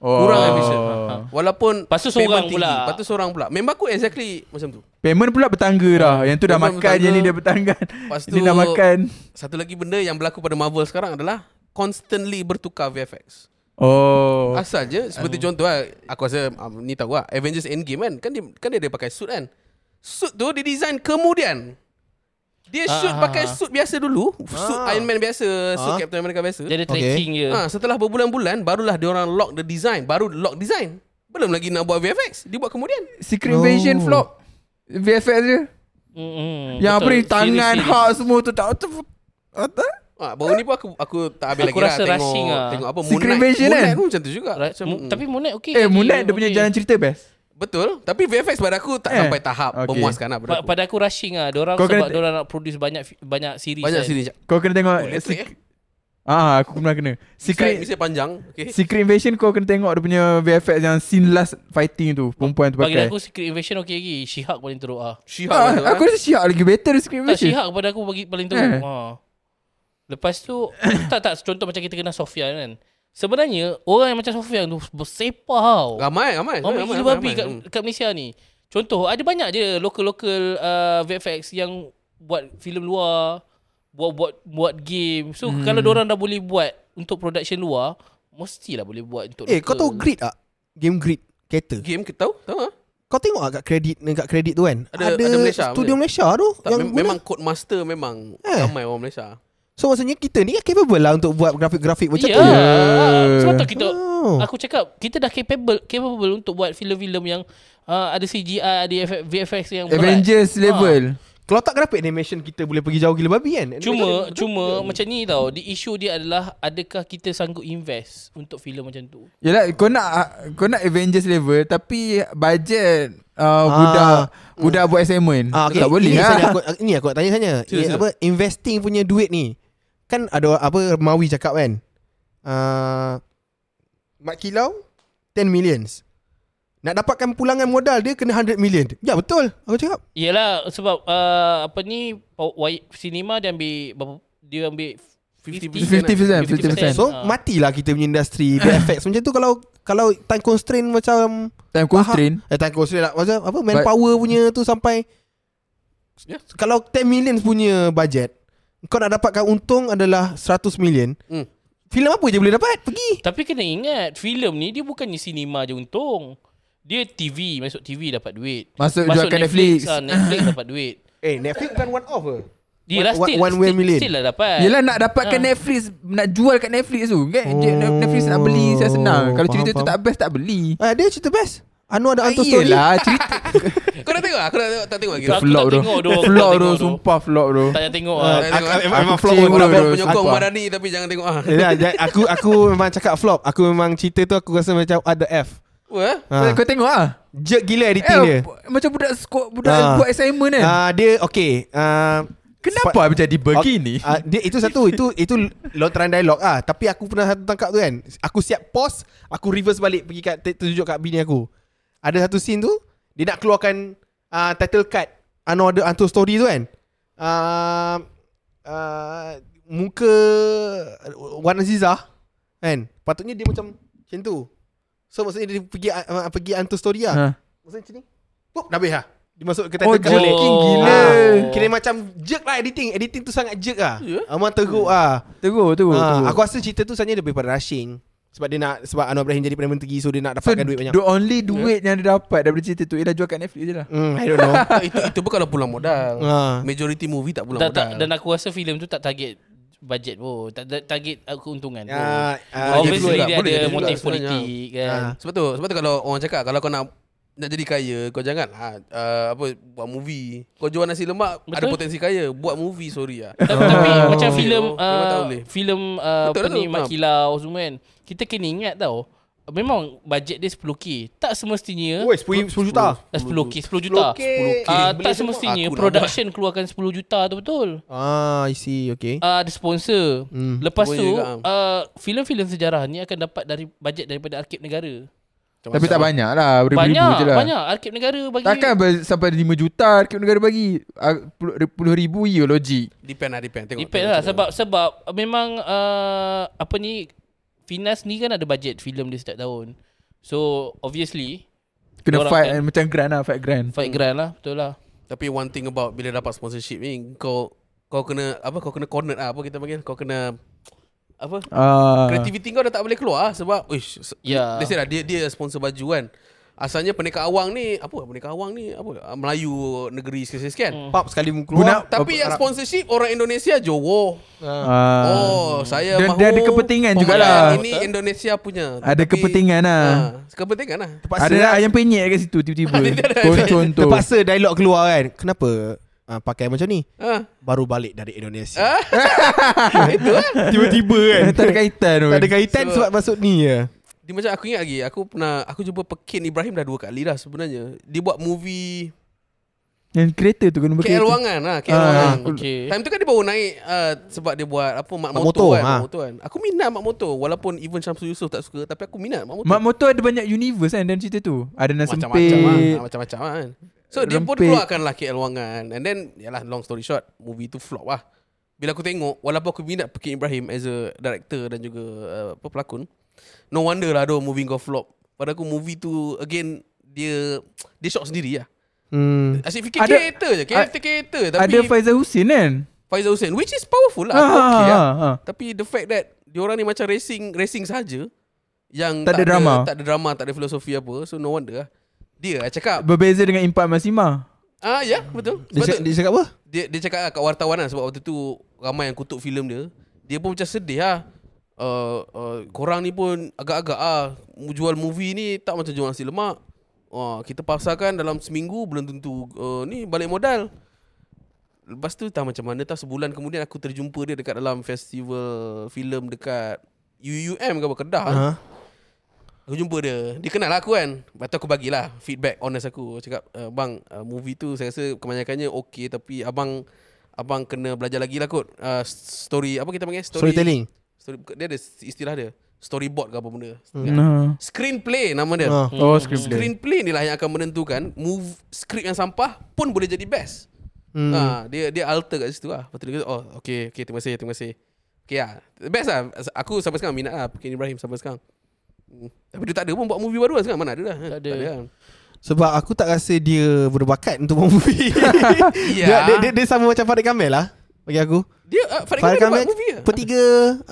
Speaker 5: oh.
Speaker 6: Kurang efisien Ha, Walaupun
Speaker 3: Ah. Lepas tu seorang
Speaker 6: payment
Speaker 3: pula.
Speaker 6: Lepas tu seorang pula Member aku exactly Macam tu
Speaker 5: Payment pula bertangga dah Yang tu dah
Speaker 6: Payment
Speaker 5: makan Yang ni
Speaker 6: bertangga.
Speaker 5: dah bertangga
Speaker 6: Lepas
Speaker 5: Ini
Speaker 6: tu-
Speaker 5: dah makan
Speaker 6: Satu lagi benda Yang berlaku pada Marvel sekarang adalah Constantly bertukar VFX
Speaker 5: Oh
Speaker 6: Asal je Seperti contoh lah Aku rasa um, Ni tahu lah Avengers Endgame kan Kan dia, kan dia ada pakai suit kan Suit tu dia design kemudian Dia
Speaker 3: Ah,
Speaker 6: shoot
Speaker 3: ah,
Speaker 6: pakai
Speaker 3: ah.
Speaker 6: suit biasa dulu Suit Iron Man biasa Suit
Speaker 4: Ah.
Speaker 6: Captain America biasa
Speaker 5: Mm.
Speaker 3: Dia ada tracking je
Speaker 5: Ah.
Speaker 6: ha, Setelah berbulan-bulan Barulah dia orang lock the design Baru lock design Belum lagi nak buat VFX Dia buat kemudian
Speaker 5: Secret Invasion
Speaker 4: Oh.
Speaker 5: flop VFX dia
Speaker 3: Mm-mm,
Speaker 5: Yang apa
Speaker 3: betul.
Speaker 5: ni Tangan
Speaker 3: Serius,
Speaker 5: hak semua tu Tak tak- tak- tak-
Speaker 6: ha, Baru ni pun aku Aku tak habis
Speaker 3: Aku
Speaker 6: lagi
Speaker 3: rasa
Speaker 6: lah
Speaker 3: rushing
Speaker 6: Tengok,
Speaker 3: lah.
Speaker 6: tengok apa
Speaker 5: Secret
Speaker 6: Moon Knight
Speaker 5: Invasion
Speaker 6: Moon
Speaker 5: kan?
Speaker 6: Knight pun macam tu juga
Speaker 3: serius. Ra- mu-
Speaker 6: mm,
Speaker 3: Tapi Monet okey
Speaker 5: Eh
Speaker 3: lagi,
Speaker 5: Moonlight dia punya
Speaker 3: okey.
Speaker 5: jalan cerita best
Speaker 6: Betul Tapi VFX pada aku Tak
Speaker 5: Eh.
Speaker 6: sampai tahap
Speaker 5: Okay.
Speaker 6: Memuaskan lah
Speaker 3: Pa-
Speaker 6: pada aku
Speaker 3: pada aku rushing ah. Diorang
Speaker 5: Kau
Speaker 3: sebab
Speaker 5: kena-
Speaker 3: diorang nak produce banyak fi- banyak series.
Speaker 6: Banyak
Speaker 3: kan.
Speaker 6: sini sekejap.
Speaker 5: Kau kena tengok
Speaker 6: Oh, elektrik eh.
Speaker 5: Ah, aku pernah kena
Speaker 6: Secret
Speaker 5: Secret
Speaker 6: Mesti panjang okay.
Speaker 5: Secret Invasion kau kena tengok dia punya VFX yang scene last fighting tu perempuan tu
Speaker 3: Bagi
Speaker 5: pakai.
Speaker 3: aku Secret Invasion okey lagi. She-Hulk paling teruk ah.
Speaker 6: She-Hulk eh?
Speaker 5: ah,
Speaker 6: macam
Speaker 5: aku
Speaker 6: mana?
Speaker 5: rasa Shia lagi better Secret
Speaker 3: Tak
Speaker 5: Invasion.
Speaker 3: She-Hulk pada aku bagi paling teruk.
Speaker 5: Eh.
Speaker 3: Ha. Lepas tu tak tak contoh macam kita kenal Sofian kan. Sebenarnya orang yang macam Sofian tu bersepah tau.
Speaker 6: Ramai Kan ramai
Speaker 3: Orang gila Oh, babi kat, kat Malaysia ni. Contoh ada banyak je local-local uh, VFX yang buat filem luar, buat buat buat game. So hmm. kalau orang dah boleh buat untuk production luar, mestilah boleh buat untuk
Speaker 4: Eh kau
Speaker 3: local.
Speaker 4: tahu grid tak Game grid Kereta
Speaker 6: Game kita tahu Tahu lah
Speaker 4: Kau tengok tak kat kredit Kat kredit tu kan
Speaker 6: Ada- ada Malaysia
Speaker 4: Studio
Speaker 6: punya.
Speaker 4: Malaysia tu
Speaker 6: tak,
Speaker 4: yang
Speaker 6: mem-
Speaker 4: guna.
Speaker 6: Memang code master Memang
Speaker 4: Eh.
Speaker 6: ramai orang Malaysia
Speaker 4: So maksudnya kita ni kan capable lah Untuk buat grafik-grafik macam
Speaker 3: Ya.
Speaker 4: tu
Speaker 5: Ya.
Speaker 3: Sebab tu kita
Speaker 4: Oh.
Speaker 3: aku cakap kita dah capable capable untuk buat filem-filem yang uh, ada CGI, ada FF VFX yang berat. Ha.
Speaker 5: Avengers level.
Speaker 4: Kalau tak grafik animation Kita boleh pergi jauh gila babi kan
Speaker 3: Cuma cuma macam ni tau, di isu dia adalah adakah kita sanggup invest untuk filem macam tu.
Speaker 5: Yelah kau nak kau nak Avengers level tapi budget uh, budak budak buat assignment.
Speaker 4: Ah, okay.
Speaker 5: Tak
Speaker 4: ini
Speaker 5: boleh lah.
Speaker 4: saya Aku, ini aku nak tanya sana. Ini apa investing punya duit ni? Kan ada apa Mawi cakap kan? Uh, Mat Kilau 10 millions. Nak dapatkan pulangan modal dia kena 100 million. Ya betul. Aku cakap.
Speaker 3: Yelah sebab uh, apa ni pa- way- cinema dia ambil berapa- dia ambil
Speaker 5: 50%, 50%.
Speaker 4: So
Speaker 3: Ah.
Speaker 4: matilah kita punya industri BFX macam tu kalau kalau time constraint macam
Speaker 5: Time constraint
Speaker 4: eh time constraint lah macam apa manpower punya tu sampai
Speaker 6: Yeah.
Speaker 4: kalau 10 million punya budget kau nak dapatkan untung adalah 100 million.
Speaker 6: Hmm.
Speaker 4: Filem apa je boleh dapat? Pergi.
Speaker 3: Tapi kena ingat filem ni dia bukannya cinema je untung. Dia TV, masuk TV dapat duit.
Speaker 5: Masuk jual kat Netflix.
Speaker 3: Ah, Netflix dapat duit.
Speaker 4: Eh, Netflix bukan one off ke?
Speaker 3: Dia lah
Speaker 4: One-
Speaker 3: still,
Speaker 4: one way
Speaker 3: still,
Speaker 4: million.
Speaker 3: still lah dapat.
Speaker 5: Yelah nak dapatkan
Speaker 3: Ah.
Speaker 5: Netflix Nak jual kat Netflix tu kan oh,
Speaker 4: Oh,
Speaker 5: Netflix nak beli Saya senang Kalau
Speaker 4: faham,
Speaker 5: cerita tu
Speaker 4: faham.
Speaker 5: tak best tak beli
Speaker 4: Ah, dia cerita best. Anu ada hantu story.
Speaker 5: Yelah cerita
Speaker 6: Kau dah tengok? Aku dah tengok, tak tengok lagi.
Speaker 5: Itu
Speaker 3: Aku tak
Speaker 5: flop tu
Speaker 3: tengok tu, aku tak
Speaker 5: Flop tu
Speaker 3: tengok tu.
Speaker 5: Sumpah flop tu
Speaker 3: Tak payah tengok
Speaker 4: Ah,
Speaker 3: lah.
Speaker 6: Tak tengok.
Speaker 4: Aku- Memang flop
Speaker 5: kecewa
Speaker 4: orang
Speaker 5: tu,
Speaker 6: Orang penyokong
Speaker 5: sumpah.
Speaker 6: Marani tapi jangan tengok ah.
Speaker 4: Yelah, ja- Eh, aku aku memang cakap flop. Aku memang cerita tu aku rasa macam ada F.
Speaker 6: Wah.
Speaker 4: Ha.
Speaker 5: Kau- Kau tengok ah.
Speaker 4: Jerk gila editing dia.
Speaker 5: Eh, macam budak skop budak
Speaker 4: Ah.
Speaker 5: buat assignment kan.
Speaker 4: Ah dia okey. Ah
Speaker 5: Kenapa jadi begini?
Speaker 4: Ah, dia itu satu itu itu lontaran dialog ah tapi aku pernah satu tangkap tu kan. Aku siap pause, aku reverse balik pergi kat tunjuk kat bini aku. Ada satu scene tu dia nak keluarkan ah, title card Ano ada Anto story tu kan. Ah ah, muka Wan Azizah kan. Patutnya dia macam macam tu. So maksudnya dia pergi ah, pergi Anto story lah.
Speaker 5: Ha.
Speaker 4: Maksudnya macam ni. Pop dah habis lah. Dia masuk ke title
Speaker 5: Oh,
Speaker 4: card
Speaker 5: jerk.
Speaker 4: balik.
Speaker 5: Jerking gila.
Speaker 4: Ah, Kira macam jerk lah editing Editing tu sangat jerk lah yeah. Memang teruk lah
Speaker 5: Teruk teruk.
Speaker 4: Ah,
Speaker 5: Oh, teruk.
Speaker 4: Aku rasa cerita tu sebenarnya lebih pada rushing Sebab dia nak Sebab Anwar Ibrahim jadi Perdana Menteri So dia nak
Speaker 5: so,
Speaker 4: dapatkan duit banyak
Speaker 5: The only
Speaker 3: Eh?
Speaker 5: duit yang dia dapat daripada cerita tu ialah jual kat Netflix je lah.
Speaker 4: Hmm, I don't know
Speaker 6: Tak, itu itu pun kalau pulang modal.
Speaker 4: Ah.
Speaker 6: Majority movie tak pulang
Speaker 3: Dan, tak, dan
Speaker 6: modal.
Speaker 3: aku rasa filem tu tak target budget pun. Tak tak target ah, keuntungan pun.
Speaker 4: Ah, ah,
Speaker 3: Obviously lah.
Speaker 6: boleh
Speaker 3: dia ada
Speaker 6: juga, boleh
Speaker 3: motif
Speaker 6: juga
Speaker 3: politik
Speaker 4: Ah.
Speaker 3: kan.
Speaker 6: Sebab tu, sebab tu kalau orang cakap kalau kau nak nak jadi kaya, kau jangan ah, ah, apa buat movie. Kau jual nasi lemak ada
Speaker 3: Betul.
Speaker 6: potensi kaya, buat movie sorry ah.
Speaker 3: Tapi, tapi
Speaker 6: Oh.
Speaker 3: macam filem
Speaker 6: Oh, memang tak
Speaker 3: uh,
Speaker 6: boleh.
Speaker 3: filem uh,
Speaker 6: Betul
Speaker 3: apa
Speaker 6: lah tu,
Speaker 3: ni Mat
Speaker 6: faham.
Speaker 3: Kilau semua kan. Kita kena ingat tau. Memang bajet dia 10k. Tak semestinya eh,
Speaker 4: Oi, 10, 10
Speaker 3: ah,
Speaker 4: juta
Speaker 3: 10k 10 juta.
Speaker 4: 10K.
Speaker 3: Ah,
Speaker 6: Beli
Speaker 3: tak
Speaker 6: semua.
Speaker 3: semestinya
Speaker 6: Aku nak
Speaker 3: production keluarkan 10 juta tu betul.
Speaker 4: Ah, I see, okay
Speaker 3: Ah, ada sponsor.
Speaker 4: Hmm.
Speaker 3: Lepas
Speaker 6: Boleh
Speaker 3: tu
Speaker 6: juga, ah.
Speaker 3: uh, filem-filem sejarah ni akan dapat dari bajet daripada arkib negara.
Speaker 6: Oh,
Speaker 5: Tapi tak banyak lah. Beribu-ribu
Speaker 3: Banyak
Speaker 5: je lah.
Speaker 3: banyak arkib negara bagi
Speaker 5: Takkan ber- sampai 5 juta Arkib negara bagi Ah, puluh- Puluh ribu Ya logik
Speaker 6: Depend lah, depend. Tengok.
Speaker 3: Depend
Speaker 6: tengok,
Speaker 3: lah
Speaker 6: tengok.
Speaker 3: sebab sebab memang uh, apa ni Finas ni kan ada bajet filem dia setiap tahun. So obviously
Speaker 5: Kena
Speaker 3: Orang
Speaker 5: fight
Speaker 3: kan.
Speaker 5: eh, Macam grand lah Fight grand
Speaker 3: fight
Speaker 6: Hmm.
Speaker 3: grand lah betul lah.
Speaker 6: Tapi one thing about bila dapat sponsorship ni kau kau kena apa kau kena corner lah apa kita panggil kau kena apa
Speaker 5: Ah.
Speaker 6: kreativiti kau dah tak boleh keluar lah sebab uish
Speaker 3: Ya.
Speaker 6: let's say lah dia dia sponsor baju kan. Asalnya Pendekar Awang ni apa Pendekar Awang ni apa ah, Melayu negeri sekian-sekian.
Speaker 4: Pop sekali mu
Speaker 5: Guna-
Speaker 4: keluar
Speaker 6: Tapi yang sponsorship orang Indonesia Jowo.
Speaker 5: Ah.
Speaker 6: Oh, saya
Speaker 5: Dan
Speaker 6: mahu
Speaker 5: dia ada kepentingan
Speaker 6: pemenang
Speaker 5: jugalah.
Speaker 6: Ini Indonesia punya.
Speaker 5: Ada kepentingan lah.
Speaker 6: Ha, kepentingan lah.
Speaker 4: Terpaksa
Speaker 5: Ada
Speaker 4: lah.
Speaker 5: ayam penyet kat situ Tiba-tiba Contoh
Speaker 4: Terpaksa dialog keluar kan Kenapa ah, pakai macam ni
Speaker 6: Ha.
Speaker 4: Baru balik dari Indonesia
Speaker 6: Ah. Itu lah.
Speaker 4: Tiba-tiba kan
Speaker 5: Tak ada kaitan pun
Speaker 4: Tak ada kaitan
Speaker 6: So-
Speaker 4: sebab masuk ni ya.
Speaker 6: Dia macam aku ingat lagi Aku pernah Aku jumpa Pekin Ibrahim dah dua kali dah sebenarnya Dia buat movie
Speaker 5: Yang kereta tu kena
Speaker 6: KL Wangan lah KL
Speaker 5: Ah,
Speaker 6: Wangan
Speaker 3: okey.
Speaker 6: Time tu kan dia baru naik uh, Sebab dia buat apa Mak,
Speaker 4: Mak
Speaker 6: motor,
Speaker 4: Motor,
Speaker 6: kan,
Speaker 4: ha.
Speaker 6: Mak motor kan Aku minat Mak Motor Walaupun even Syamsul Yusof tak suka Tapi aku minat Mak Motor
Speaker 5: Mak motor ada banyak universe kan Dalam cerita tu Ada nasi
Speaker 6: Macam-macam lah
Speaker 5: sempit
Speaker 6: ha, Macam-macam lah kan So dia pun
Speaker 5: Rempit.
Speaker 6: keluarkan lah KL Wangan And then Yalah long story short Movie tu flop lah Bila aku tengok Walaupun aku minat Pekin Ibrahim As a director Dan juga uh, apa, pelakon No wonder lah doh movie kau flop Pada aku movie tu Again Dia Dia shock sendiri lah
Speaker 4: Hmm.
Speaker 6: Asyik fikir
Speaker 5: Ada-
Speaker 6: character je Character-character Tapi
Speaker 5: Ada Faizal Hussein kan
Speaker 6: Faizal Hussein Which is powerful lah Aku
Speaker 5: Ah,
Speaker 6: okay lah
Speaker 5: ah, ah.
Speaker 6: Tapi the fact that Diorang ni macam racing Racing saja Yang
Speaker 5: Tak ada drama.
Speaker 6: Tak ada drama Tak ada filosofi apa So no wonder lah Dia lah cakap
Speaker 5: Berbeza dengan Impak Masima
Speaker 6: Ah ya betul
Speaker 4: Dia,
Speaker 6: Betul
Speaker 4: cakap, dia cakap apa?
Speaker 6: dia, dia cakap lah kat wartawan lah Sebab waktu tu Ramai yang kutuk filem dia Dia pun macam sedih lah uh, uh, Korang ni pun Agak-agak lah Jual movie ni Tak macam jual nasi lemak uh, Kita pasarkan dalam seminggu Belum tentu uh, Ni balik modal Lepas tu tak macam mana tak Sebulan kemudian aku terjumpa dia Dekat dalam festival filem Dekat UUM ke apa Kedah uh-huh.
Speaker 4: Ha.
Speaker 6: Aku jumpa dia Dia kenal lah aku kan Lepas tu aku bagilah Feedback honest aku Cakap "Eh, Bang uh, movie tu saya rasa Kebanyakannya okey Tapi abang Abang kena belajar lagi lah kot uh, Story Apa kita panggil story,
Speaker 4: Storytelling.
Speaker 6: story, Dia ada istilah dia Storyboard ke apa benda Kan?
Speaker 5: Ah.
Speaker 6: Screenplay nama dia Hmm.
Speaker 4: Ha.
Speaker 5: Oh screenplay
Speaker 6: Screenplay ni lah yang akan menentukan move skrip yang sampah pun boleh Ah, jadi best. Hmm. Ha, dia dia alter kat situ lah. Lepas tu dia kata, oh okay, okay, terima kasih, terima kasih. Okay lah Best lah Aku sampai sekarang minat lah Pekin Ibrahim sampai sekarang Hmm. Tapi dia tak ada pun buat movie baru lah sekarang Mana ada lah
Speaker 3: Tak ada.
Speaker 6: lah.
Speaker 4: Sebab aku tak rasa dia berbakat untuk buat movie. dia,
Speaker 6: Ya
Speaker 4: dia, dia, dia sama macam Farid Kamil lah bagi aku.
Speaker 6: Dia uh, Farid
Speaker 4: Farid
Speaker 6: Kamil dia buat
Speaker 4: Kamil
Speaker 6: movie lah
Speaker 4: Petiga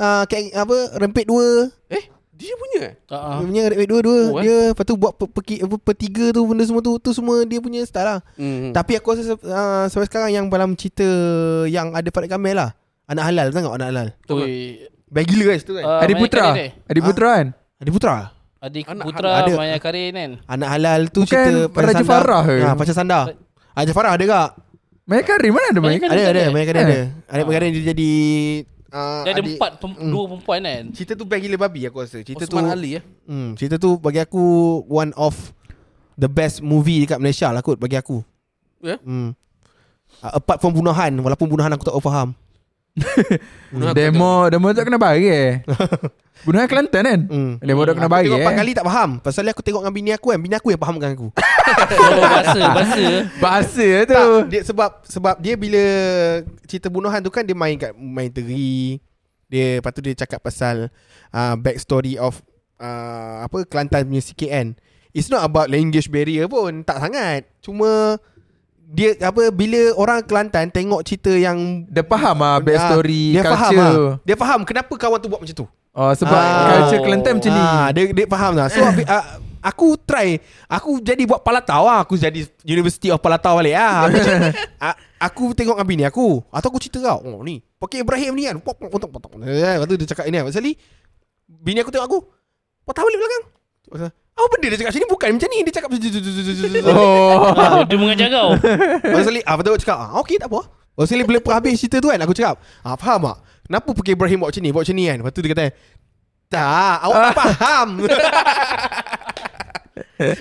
Speaker 4: uh, apa Rempit 2
Speaker 6: Eh dia punya eh
Speaker 4: Dia
Speaker 3: Uh-huh.
Speaker 4: punya Rempit 2 dua
Speaker 6: Oh, eh.
Speaker 4: Dia lepas tu buat pe, peki, apa, Petiga tu Benda semua tu Tu semua dia punya style lah
Speaker 6: hmm.
Speaker 4: Tapi aku rasa uh, Sampai sekarang yang dalam cerita Yang ada Farid Kamil lah Anak halal tengok anak halal
Speaker 3: Oi.
Speaker 4: Baik gila guys tu
Speaker 3: Ah,
Speaker 4: kan
Speaker 5: Adi Putra. Adi
Speaker 4: Ah.
Speaker 5: Putra kan?
Speaker 4: Adi Putra
Speaker 3: Adi
Speaker 6: Anak
Speaker 3: Putra,
Speaker 4: ada.
Speaker 3: Maya Karin kan.
Speaker 4: Anak halal tu
Speaker 5: Bukan
Speaker 4: cerita Pasal
Speaker 5: Raja
Speaker 4: Sandar.
Speaker 5: Farah ke?
Speaker 4: ha, Pasal Sandar Ah, Raja Farah ada kak
Speaker 5: Maya Karim mana ada
Speaker 3: Maya
Speaker 5: Maya Karim?
Speaker 3: Karim.
Speaker 4: Ada
Speaker 3: tak
Speaker 4: ada
Speaker 3: ada?
Speaker 4: Banyak kadang
Speaker 5: Eh.
Speaker 4: ada Ada perkara dia jadi uh,
Speaker 3: Dia ada
Speaker 4: adik-
Speaker 3: empat, pem-
Speaker 6: Hmm.
Speaker 3: dua perempuan kan.
Speaker 4: Cerita tu best gila babi aku rasa Cerita
Speaker 6: Osman
Speaker 4: tu
Speaker 6: Ali ya
Speaker 4: Hmm, cerita tu bagi aku one of the best movie dekat Malaysia lah kot bagi aku.
Speaker 6: Ya?
Speaker 4: Hmm. Uh, apart from bunuhan, walaupun bunuhan aku tak faham.
Speaker 6: Bunuhan
Speaker 5: Demo Demo tak kena bagi eh Bunuhan Kelantan kan
Speaker 4: Hmm.
Speaker 5: Demo tak kena
Speaker 4: Aku
Speaker 5: bagi
Speaker 4: tengok empat
Speaker 5: eh
Speaker 4: kali tak faham. Pasal aku tengok dengan bini aku kan, bini aku yang fahamkan aku.
Speaker 3: Oh, bahasa, bahasa.
Speaker 5: Bahasa tu
Speaker 4: tak, dia sebab sebab dia bila cerita bunuhan tu kan dia main kat main teri. Dia lepas tu dia cakap pasal uh, back story of uh, apa Kelantan punya CKN. It's not about language barrier pun, tak sangat. Cuma dia apa bila orang Kelantan tengok cerita yang
Speaker 5: Dia faham lah Back
Speaker 4: Ah,
Speaker 5: story
Speaker 4: dia faham
Speaker 5: Culture
Speaker 4: ah. Dia faham kenapa kawan tu buat macam tu.
Speaker 5: Oh sebab
Speaker 4: Ah.
Speaker 5: Culture Kelantan macam ni Eh.
Speaker 4: Ah, dia dia faham lah. So abi- ah, aku try aku jadi buat Palatau lah. Aku jadi University of Palatau balik ah. Aku, ah, aku tengok dengan bini aku atau aku cerita kau. Oh ni, pakai Ibrahim ni kan. Pok pok pok pok. pok. Eh, Lepas tu dia cakap ini kan. Pasal ni bini aku tengok aku. Patah balik belakang. Apa benda dia cakap sini bukan macam ni. Dia cakap
Speaker 5: Oh
Speaker 3: Ah, dia mengajar kau.
Speaker 4: Pasal ah betul cakap. Ah okey tak apa. Pasal bila habis cerita tu kan aku cakap, ah faham tak? Kenapa pakai Ibrahim buat macam ni, buat macam ni kan? Lepas tu dia kata, tak, awak tak faham.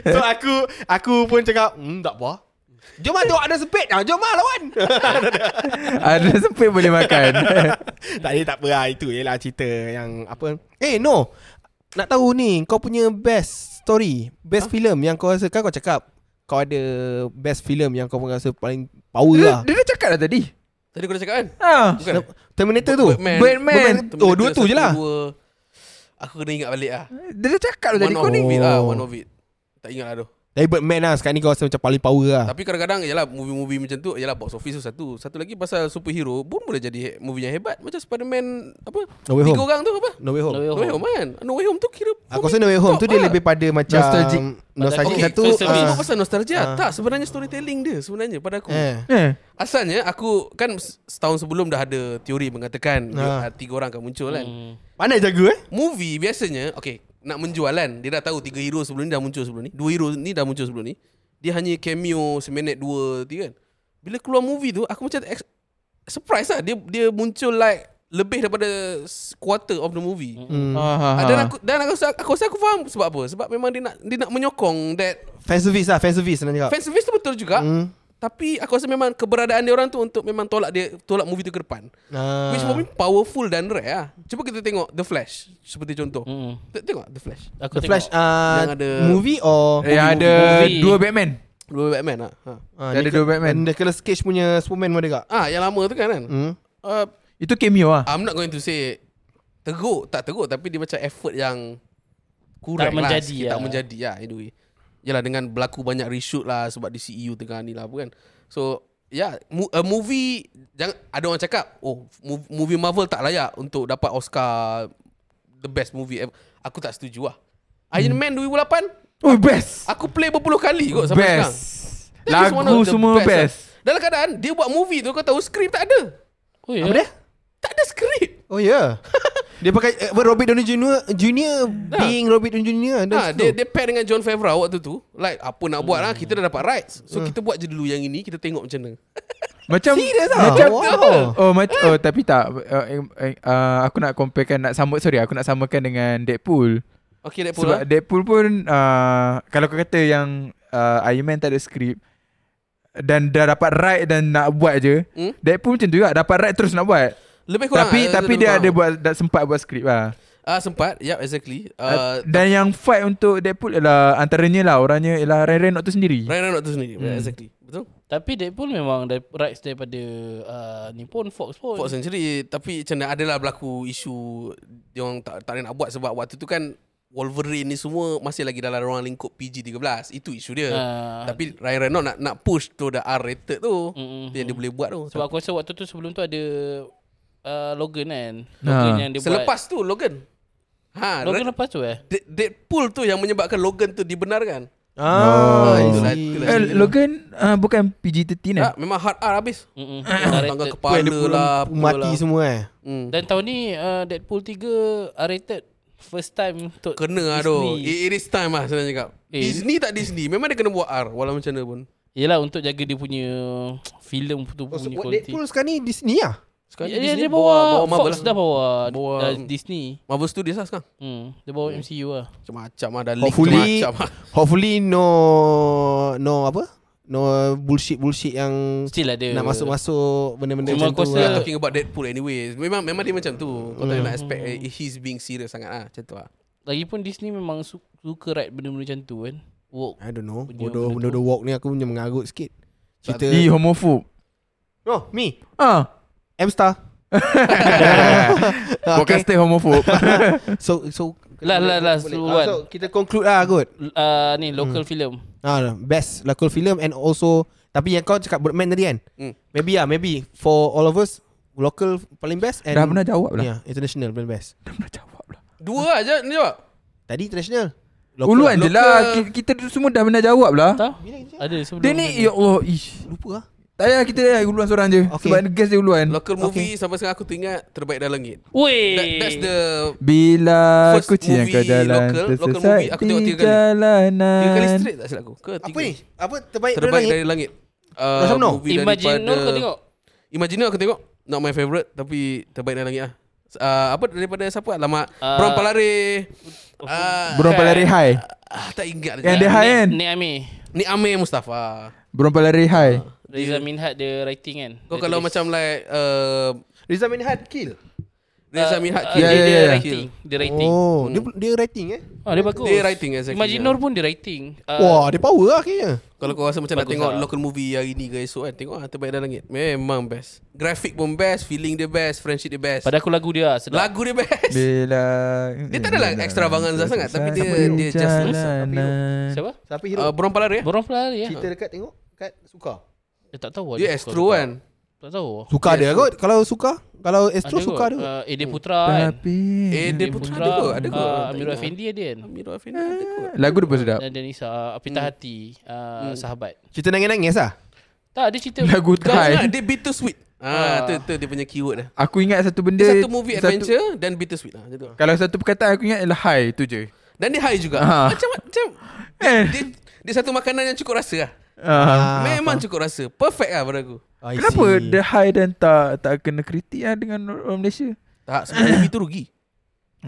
Speaker 4: so aku aku pun cakap, hmm tak apa. Jom lah tengok ada sepit ah, Jom lah lawan
Speaker 5: Ada sempit boleh makan
Speaker 4: Tak ada tak apa lah Itu je lah cerita yang apa Eh no Nak tahu ni Kau punya best story Best filem yang kau rasa Kan kau cakap Kau ada best filem yang kau rasa paling power
Speaker 5: Dia
Speaker 4: lah
Speaker 5: dia dah cakap dah tadi
Speaker 6: Tadi aku dah cakap kan
Speaker 4: Ha.
Speaker 5: Ah.
Speaker 6: Bukan
Speaker 4: Terminator tu
Speaker 6: Batman.
Speaker 5: Batman.
Speaker 4: Oh dua tu
Speaker 6: satu,
Speaker 4: je lah
Speaker 6: dua. Aku kena ingat balik lah
Speaker 5: Dia dah cakap dah
Speaker 6: One
Speaker 5: tadi
Speaker 6: of
Speaker 5: Kau ni
Speaker 6: it lah
Speaker 4: Oh.
Speaker 6: One of it Tak ingat lah tu
Speaker 4: Tapi Batman lah Sekarang ni kau rasa macam paling power lah
Speaker 6: Tapi kadang-kadang Yalah movie-movie macam tu Yalah box office tu satu Satu lagi pasal superhero Pun boleh jadi movie yang hebat Macam Spiderman Apa
Speaker 4: No Way
Speaker 6: Tiga
Speaker 4: Home.
Speaker 6: orang tu apa
Speaker 4: No Way Home
Speaker 3: No Way
Speaker 6: No Way Home kan No Way Home tu kira lah.
Speaker 4: Aku rasa No Way Home tu Dia lebih pada macam
Speaker 5: Nostalgic.
Speaker 4: Nostalgic
Speaker 6: Okay,
Speaker 4: satu
Speaker 3: first
Speaker 6: Tapi
Speaker 3: Ah.
Speaker 6: sebab
Speaker 4: ah,
Speaker 6: pasal nostalgia Tak sebenarnya storytelling dia Sebenarnya pada aku
Speaker 4: eh.
Speaker 5: Eh
Speaker 6: Asalnya aku Kan setahun sebelum dah ada Teori mengatakan
Speaker 4: Ah.
Speaker 6: dia- Tiga orang akan muncul
Speaker 3: Hmm.
Speaker 6: kan
Speaker 4: Pandai jaga eh
Speaker 6: Movie biasanya Okay Nak menjual kan Dia dah tahu Tiga hero sebelum ni dah muncul sebelum ni Dua hero ni dah muncul sebelum ni Dia hanya cameo Seminit dua Tiga kan Bila keluar movie tu Aku macam ex- Surprise lah Dia dia muncul like Lebih daripada s- Quarter of the movie
Speaker 4: hmm.
Speaker 5: ha,
Speaker 6: Ah, Dan aku dan aku rasa, aku rasa aku faham sebab apa Sebab memang dia nak Dia nak menyokong That
Speaker 4: Fan service lah Fan service nak cakap
Speaker 6: Fan service tu betul juga
Speaker 4: Hmm.
Speaker 6: Tapi aku rasa memang Keberadaan dia orang tu Untuk memang tolak dia Tolak movie tu ke depan
Speaker 4: Ah.
Speaker 6: Which for me Powerful dan rare lah Cuba kita tengok The Flash Seperti contoh
Speaker 3: Hmm.
Speaker 6: T- Tengok The Flash
Speaker 3: Aku
Speaker 4: The Flash
Speaker 3: tengok.
Speaker 4: ah,
Speaker 6: Yang ada
Speaker 4: Movie or
Speaker 5: Yang
Speaker 6: movie,
Speaker 5: Eh, ada
Speaker 3: movie.
Speaker 5: Dua Batman
Speaker 6: Dua Batman lah ha.
Speaker 4: ah,
Speaker 5: Dia ada
Speaker 4: Nicolas-
Speaker 5: dua Batman.
Speaker 4: Nicolas Cage punya Superman pun ada kak
Speaker 6: ah, Yang lama tu kan kan
Speaker 4: hmm.
Speaker 6: uh,
Speaker 5: Itu cameo
Speaker 4: Ah.
Speaker 5: lah
Speaker 6: I'm not going to say Teruk Tak teruk Tapi dia macam effort yang
Speaker 3: Tak
Speaker 6: Kurang lah
Speaker 3: menjadi
Speaker 6: sikit,
Speaker 3: lah.
Speaker 6: Tak menjadi lah anyway Yalah dengan berlaku banyak reshoot lah Sebab DCEU tengah ni lah apa kan So Ya yeah, mu- a movie jangan, Ada orang cakap Oh mu- movie Marvel tak layak Untuk dapat Oscar The best movie ever Aku tak setuju lah Iron Man 2008
Speaker 5: Oh best
Speaker 6: Aku play berpuluh kali kot sampai
Speaker 5: Best
Speaker 6: sekarang That is one
Speaker 5: Lagu
Speaker 6: of the
Speaker 5: semua
Speaker 4: ah.
Speaker 5: best
Speaker 6: lah. Dalam keadaan Dia buat movie tu Kau tahu skrip tak ada
Speaker 3: Oh, ya.
Speaker 4: Apa dia?
Speaker 6: Tak ada skrip
Speaker 4: Oh ya yeah. Dia pakai eh, apa, Robert Downey Jr. Junior Being Robert Downey Jr.
Speaker 6: Ha,
Speaker 4: Ada
Speaker 6: dia,
Speaker 4: situ.
Speaker 6: dia pair dengan John Favreau waktu tu Like apa nak buat
Speaker 5: Hmm.
Speaker 6: lah Kita dah dapat rights So kita buat je dulu yang ini Kita tengok macam mana
Speaker 5: Macam
Speaker 4: Serious ah?
Speaker 5: Macam
Speaker 4: Wow.
Speaker 5: Oh mac- oh tapi tak uh, eh, uh, Aku nak comparekan Nak sambut sorry Aku nak samakan dengan Deadpool
Speaker 6: Okay Deadpool
Speaker 5: Sebab
Speaker 6: lah
Speaker 5: Deadpool pun uh, Kalau kau kata yang uh, Iron Man tak ada skrip Dan dah dapat right Dan nak buat je
Speaker 6: Hmm?
Speaker 5: Deadpool macam tu juga Dapat right terus nak buat
Speaker 6: Lebih kurang
Speaker 5: Tapi
Speaker 6: ah,
Speaker 5: tapi
Speaker 6: lebih
Speaker 5: dia
Speaker 6: kurang.
Speaker 5: ada buat dah Sempat buat skrip lah
Speaker 6: Ah, Sempat Yup exactly
Speaker 5: uh,
Speaker 6: uh,
Speaker 5: Dan yang fight untuk Deadpool ialah Antaranya lah Orangnya ialah Ryan Reynolds tu sendiri
Speaker 6: Ryan Reynolds tu sendiri Yeah, Exactly Betul
Speaker 3: Tapi Deadpool memang dari, rights daripada uh, ni pun Fox pun.
Speaker 6: Fox sendiri tapi macam mana adalah berlaku isu dia orang tak tak ada nak buat sebab waktu tu kan Wolverine ni semua masih lagi dalam ruang lingkup PG-13. Itu isu dia.
Speaker 3: Ah.
Speaker 6: Tapi Ryan Reynolds nak nak push tu dah R rated tu.
Speaker 3: Mm-mm.
Speaker 6: Yang dia boleh buat tu.
Speaker 3: Sebab aku rasa waktu tu sebelum tu ada uh, Logan kan. Logan
Speaker 5: Ha.
Speaker 3: yang dia
Speaker 6: Selepas tu Logan.
Speaker 3: buat.
Speaker 6: Ha,
Speaker 3: Logan
Speaker 6: Logan
Speaker 3: lepas tu eh.
Speaker 6: Deadpool tu yang menyebabkan Logan tu dibenarkan.
Speaker 4: Ah,
Speaker 6: Ah,
Speaker 4: I
Speaker 6: itulah-
Speaker 4: see.
Speaker 6: itulah.
Speaker 5: Eh, Logan uh, bukan PG-13 eh?
Speaker 6: Ha, memang hard R habis.
Speaker 3: Mm-mm.
Speaker 6: Tangga
Speaker 3: rated.
Speaker 4: Puan
Speaker 6: kepala
Speaker 4: dia pun
Speaker 6: lah. apa
Speaker 4: Mati
Speaker 6: lah.
Speaker 4: semua eh
Speaker 6: Hmm.
Speaker 3: Dan tahun ni uh, Deadpool 3 R rated first time untuk
Speaker 6: Kena lah tu. It, it is time lah senang cakap.
Speaker 3: Eh.
Speaker 6: Disney tak Disney. Memang dia kena buat R. Walau macam mana pun.
Speaker 3: Yelah untuk jaga dia punya filem tu
Speaker 4: Oh, so,
Speaker 3: punya
Speaker 4: buat
Speaker 3: kualiti.
Speaker 4: Deadpool sekarang ni Disney lah
Speaker 6: Sekarang
Speaker 3: Ya, dia,
Speaker 6: Disney
Speaker 3: dia bawa,
Speaker 6: bawa Marvel
Speaker 3: Fox
Speaker 6: lah.
Speaker 3: dah bawa,
Speaker 6: Bawa-
Speaker 3: dah Disney.
Speaker 6: Marvel Studios lah sekarang.
Speaker 3: Hmm, dia bawa MCU lah.
Speaker 6: Macam-macam lah. Dah link
Speaker 4: Hopefully
Speaker 6: macam-macam lah.
Speaker 4: Hopefully no No apa No bullshit-bullshit yang
Speaker 3: Still ada.
Speaker 4: Nak masuk-masuk Benda-benda
Speaker 3: Cuma
Speaker 4: macam tu
Speaker 3: aku
Speaker 6: Yeah,
Speaker 4: lah
Speaker 3: rasa-
Speaker 6: talking about Deadpool anyway. Memang memang dia macam tu. Kau tak nak expect eh, he's being serious sangat ah. Macam tu lah.
Speaker 3: Lagipun Disney memang su- suka write benda-benda macam tu kan. Woke.
Speaker 4: I don't know
Speaker 3: Punya
Speaker 4: Bodoh
Speaker 3: benda tu.
Speaker 4: benda-benda walk ni Aku punya mengarut sikit Cerita
Speaker 5: Di homophobe.
Speaker 4: No me
Speaker 5: Ah,
Speaker 4: M-Star
Speaker 5: okay.
Speaker 4: okay.
Speaker 5: podcaster homophobe.
Speaker 4: So so
Speaker 3: Lah, lah, lah,
Speaker 4: boleh.
Speaker 3: so
Speaker 4: Ah,
Speaker 3: what?
Speaker 4: So kita conclude lah kot
Speaker 3: Uh, ni local film.
Speaker 4: ah, Best local film And also Tapi yang kau cakap Birdman tadi kan
Speaker 6: Hmm.
Speaker 4: Maybe lah maybe For all of us Local paling best and
Speaker 5: Dah pernah jawab lah.
Speaker 6: Ya.
Speaker 4: yeah, International paling best
Speaker 5: Dah pernah jawab lah.
Speaker 6: Dua aja ni jawab.
Speaker 4: Tadi international Local
Speaker 5: Uluan je
Speaker 6: local-
Speaker 5: lah. Ki- Kita tu semua dah pernah jawab lah.
Speaker 3: Tahu? Ada sebelum.
Speaker 5: Dia ni, ya Allah, ish.
Speaker 4: Lupa lah
Speaker 5: Tak payah kita dah uluan seorang je.
Speaker 4: Okay.
Speaker 5: Sebab guest dia uluan.
Speaker 6: Local movie sampai sekarang aku teringat terbaik dalam langit.
Speaker 3: Weh.
Speaker 6: That, that's the
Speaker 5: Bila
Speaker 6: First
Speaker 5: aku yang
Speaker 6: movie
Speaker 5: ke jalan
Speaker 6: local- local
Speaker 5: tersesat
Speaker 6: movie, aku tengok
Speaker 5: di
Speaker 6: tiga kali.
Speaker 5: jalanan.
Speaker 6: tiga kali straight tak silap aku. Ke tiga?
Speaker 4: Apa ni? Apa terbaik
Speaker 6: Terbaik dari langit. Uh,
Speaker 4: Macam mana?
Speaker 6: movie
Speaker 3: Imagine Nur kau
Speaker 6: daripada-
Speaker 3: tengok.
Speaker 6: Imagine aku tengok. Not my favourite tapi terbaik dari langit lah. Uh, apa daripada siapa? Lama
Speaker 3: Ah.
Speaker 6: uh, Brown Palare. Uh,
Speaker 5: Brown Palare High.
Speaker 6: ah, tak ingat.
Speaker 5: Yang dia high kan?
Speaker 3: Ni Ami.
Speaker 6: Ni Amir Mustafa.
Speaker 5: Brown Palare
Speaker 6: Ah.
Speaker 5: High.
Speaker 3: Reza Minhad dia writing kan.
Speaker 6: Kau
Speaker 3: Dia
Speaker 6: kalau
Speaker 3: tulis.
Speaker 6: macam like uh,
Speaker 4: Rizal Minhad kill
Speaker 6: Reza
Speaker 3: Ah,
Speaker 6: Minhad
Speaker 3: ah,
Speaker 6: Kill.
Speaker 5: Ya,
Speaker 3: dia,
Speaker 5: ya,
Speaker 3: dia
Speaker 5: ya.
Speaker 3: writing. Dia writing.
Speaker 4: Oh dia, dia rating eh
Speaker 3: Ah, dia bagus.
Speaker 6: Dia writing, exactly,
Speaker 3: Imagine
Speaker 6: yeah.
Speaker 3: Nur pun dia writing. Ah,
Speaker 4: Wah dia power lah kayaknya
Speaker 6: Kalau kau rasa macam nak
Speaker 3: Bagus
Speaker 6: tengok
Speaker 3: lah.
Speaker 6: local movie hari ni ke esok kan Tengok lah Terbaik dalam langit Memang best Grafik pun best Feeling dia best Friendship dia best
Speaker 3: Pada aku lagu dia lah, sedap.
Speaker 6: Lagu dia best
Speaker 5: Bila
Speaker 6: Dia tak adalah extravaganza sangat, tapi dia- dia just lah,
Speaker 3: Siapa?
Speaker 4: Siapa hero?
Speaker 6: uh, Borong Palar ya
Speaker 3: Borong pelari ya.
Speaker 4: Cerita dekat tengok Kat Suka
Speaker 3: Dia tak tahu.
Speaker 6: Dia Astro kan
Speaker 3: Tak tahu.
Speaker 4: Suka dia kot Kalau Suka Kalau Astro
Speaker 3: Ada
Speaker 4: Suka
Speaker 3: kot.
Speaker 4: dia kot.
Speaker 3: Ah, Eh, dia putra kan.
Speaker 5: Tapi
Speaker 6: Eh dia
Speaker 3: Dia
Speaker 6: pun
Speaker 3: putra.
Speaker 6: ada kot Ada kot
Speaker 3: Ah, Amirul Effendi ada kan.
Speaker 6: Amirul Afin ada kot
Speaker 5: Lagu dia pun sedap
Speaker 3: Dan Danisa. ah, Pita Hati. ah,
Speaker 6: Hmm.
Speaker 3: Sahabat.
Speaker 4: Cerita nangis-nangis lah
Speaker 3: Tak, dia cerita.
Speaker 5: Lagu
Speaker 6: Kau ingat
Speaker 5: Thai
Speaker 6: dia bittersweet Ah, tu, tu dia punya keyword dah
Speaker 5: Aku ingat satu benda
Speaker 6: Dia satu movie adventure Dan bittersweet lah, macam tu.
Speaker 5: Kalau satu perkataan aku ingat ialah high tu je
Speaker 6: Dan dia high juga
Speaker 5: Ah.
Speaker 6: Macam Macam
Speaker 5: Eh.
Speaker 6: Eh, dia, dia satu makanan yang cukup rasa lah
Speaker 5: Ah.
Speaker 4: Ah,
Speaker 6: Memang cukup rasa Perfect lah pada aku
Speaker 4: I
Speaker 5: Kenapa
Speaker 4: see.
Speaker 5: the high dan tak tak kena kritik lah dengan orang Malaysia
Speaker 6: Tak sebab movie tu rugi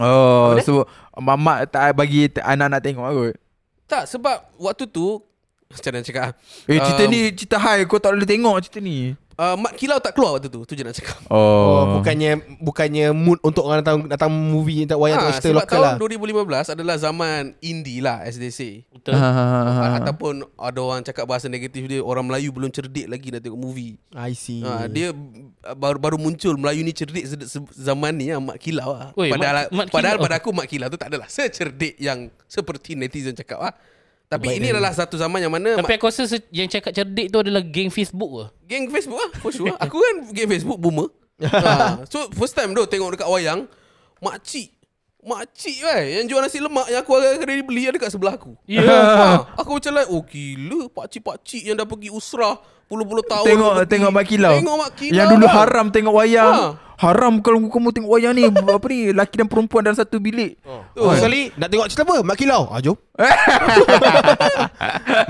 Speaker 5: Oh so Mamak tak bagi t- anak-anak tengok lah kot
Speaker 6: Tak sebab waktu tu Macam mana nak cakap ah?
Speaker 5: Eh cerita
Speaker 6: Um,
Speaker 5: ni cerita high kau tak boleh tengok cerita ni
Speaker 6: uh, Mat Kilau tak keluar waktu tu Tu je nak cakap
Speaker 4: Oh, bukannya bukannya mood untuk orang datang datang movie tak wayang ha,
Speaker 6: ha,
Speaker 4: cerita
Speaker 6: Sebab
Speaker 4: lokal lah.
Speaker 6: tahun 2015 adalah zaman indie lah as they say
Speaker 3: Betul.
Speaker 6: ha. Ataupun ada orang cakap bahasa negatif dia Orang Melayu belum cerdik lagi nak tengok movie
Speaker 4: I see.
Speaker 6: ha, Dia uh, baru baru muncul Melayu ni cerdik se- se- zaman ni lah Mat Kilau lah
Speaker 3: Oi,
Speaker 6: Padahal,
Speaker 3: Mat- Mat
Speaker 6: padahal
Speaker 3: Kilau.
Speaker 6: pada aku Mat Kilau tu tak adalah secerdik yang Seperti netizen cakap lah tapi ini adalah satu zaman yang mana
Speaker 3: Tapi aku rasa se- yang cakap cerdik tu adalah geng Facebook ke?
Speaker 6: Geng Facebook lah For sure Aku kan geng Facebook boomer ha. So first time tu Tengok dekat wayang Makcik Makcik kan Yang jual nasi lemak Yang aku agak-agak beli Ada dekat sebelah aku
Speaker 3: Ya.
Speaker 6: ha. Aku macam like Oh gila Pakcik-pakcik yang dah pergi usrah Puluh-puluh tahun
Speaker 5: Tengok
Speaker 6: dah pergi.
Speaker 5: tengok Mak Kilau.
Speaker 6: Tengok Mak Kilau
Speaker 5: Yang dulu
Speaker 6: lah.
Speaker 5: haram tengok wayang.
Speaker 6: Ha.
Speaker 5: Haram kalau kamu tengok wayang ni apa ni laki dan perempuan dalam satu bilik.
Speaker 4: Oh, sekali nak tengok cerita apa? Mak Kilau. Ah, jom.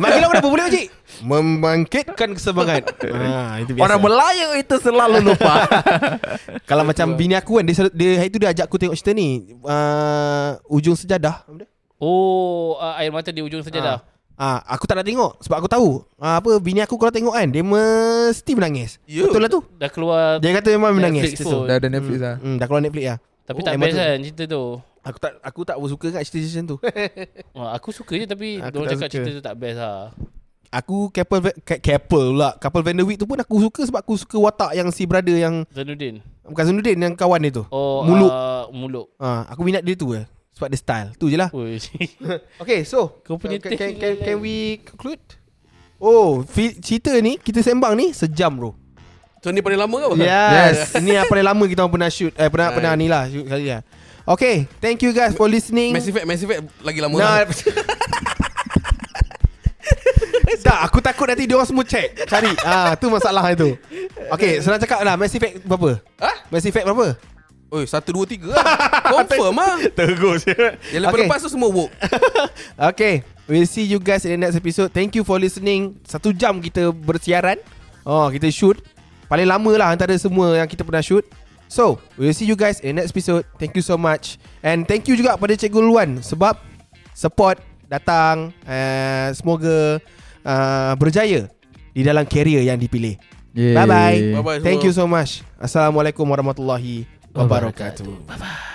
Speaker 4: Mak Kilau kenapa boleh cik? Membangkitkan kesemangan. ha, itu biasa.
Speaker 5: Orang Melayu itu selalu lupa.
Speaker 4: Kalau macam bini aku kan dia, sel- dia hari tu dia ajak aku tengok cerita ni. Uh, ujung sejadah. Apa dia?
Speaker 3: Oh, ah, air mata di ujung sajadah.
Speaker 4: Ah, aku tak nak tengok sebab aku tahu. Ah, apa bini aku kalau tengok kan dia mesti menangis.
Speaker 6: Ya.
Speaker 4: Betul lah tu.
Speaker 3: Dah keluar
Speaker 4: Dia kata memang menangis
Speaker 3: Netflix
Speaker 4: cerita tu.
Speaker 3: pun.
Speaker 5: Dah ada Netflix lah.
Speaker 4: Hmm, dah keluar Netflix lah.
Speaker 3: Tapi
Speaker 4: Oh,
Speaker 3: tak
Speaker 4: air
Speaker 3: best
Speaker 4: mata tu.
Speaker 3: kan cerita tu.
Speaker 4: Aku tak aku tak suka kat cerita macam tu.
Speaker 3: Ah, aku suka je tapi
Speaker 4: Aku
Speaker 3: dia
Speaker 4: tak
Speaker 3: cakap
Speaker 4: suka.
Speaker 3: cerita tu tak best lah.
Speaker 4: Aku Keppel Keppel pula Keppel Van Der Wijk tu pun aku suka Sebab aku suka watak yang si brother yang
Speaker 3: Zanuddin.
Speaker 4: Bukan Zunudin Yang kawan dia tu
Speaker 3: Oh,
Speaker 4: Muluk.
Speaker 3: Uh, muluk.
Speaker 4: ha, Aku minat dia tu eh. Sebab dia style Tu je lah
Speaker 3: Ui.
Speaker 4: Okay so
Speaker 3: Kau punya
Speaker 4: can, can,
Speaker 3: thing.
Speaker 4: can, can we conclude? Oh fi- Cerita ni Kita sembang ni Sejam bro
Speaker 6: So ni paling lama ke apa?
Speaker 5: Ya.
Speaker 4: Yes Ini yang paling lama kita orang pernah shoot Eh pernah, pernah ni lah Shoot kali lah Okay Thank you guys for listening
Speaker 6: Mass Effect, Mass Effect lagi lama
Speaker 4: Nah,
Speaker 6: lah.
Speaker 4: tak, aku takut nanti dia orang semua check. Cari. Ah, tu masalah itu. Okay, senang cakap lah Mass Effect berapa?
Speaker 6: Hah?
Speaker 4: Mass Effect berapa?
Speaker 6: Oi, satu, dua, tiga lah. Confirm lah.
Speaker 4: Tergus.
Speaker 6: Yang lepas-lepas tu semua work.
Speaker 4: Okay, we'll see you guys in the next episode. Thank you for listening. Satu jam kita bersiaran. Oh, kita shoot. Paling lama lah antara semua yang kita pernah shoot. So, we'll see you guys in the next episode. Thank you so much. And thank you juga pada Cikgu Luan sebab support datang. Uh, semoga uh, berjaya di dalam career yang dipilih.
Speaker 5: Yeay.
Speaker 4: Bye-bye.
Speaker 6: Bye-bye
Speaker 4: Thank
Speaker 6: semua.
Speaker 4: you so much. Assalamualaikum warahmatullahi wabarakatuh.
Speaker 3: Bye-bye.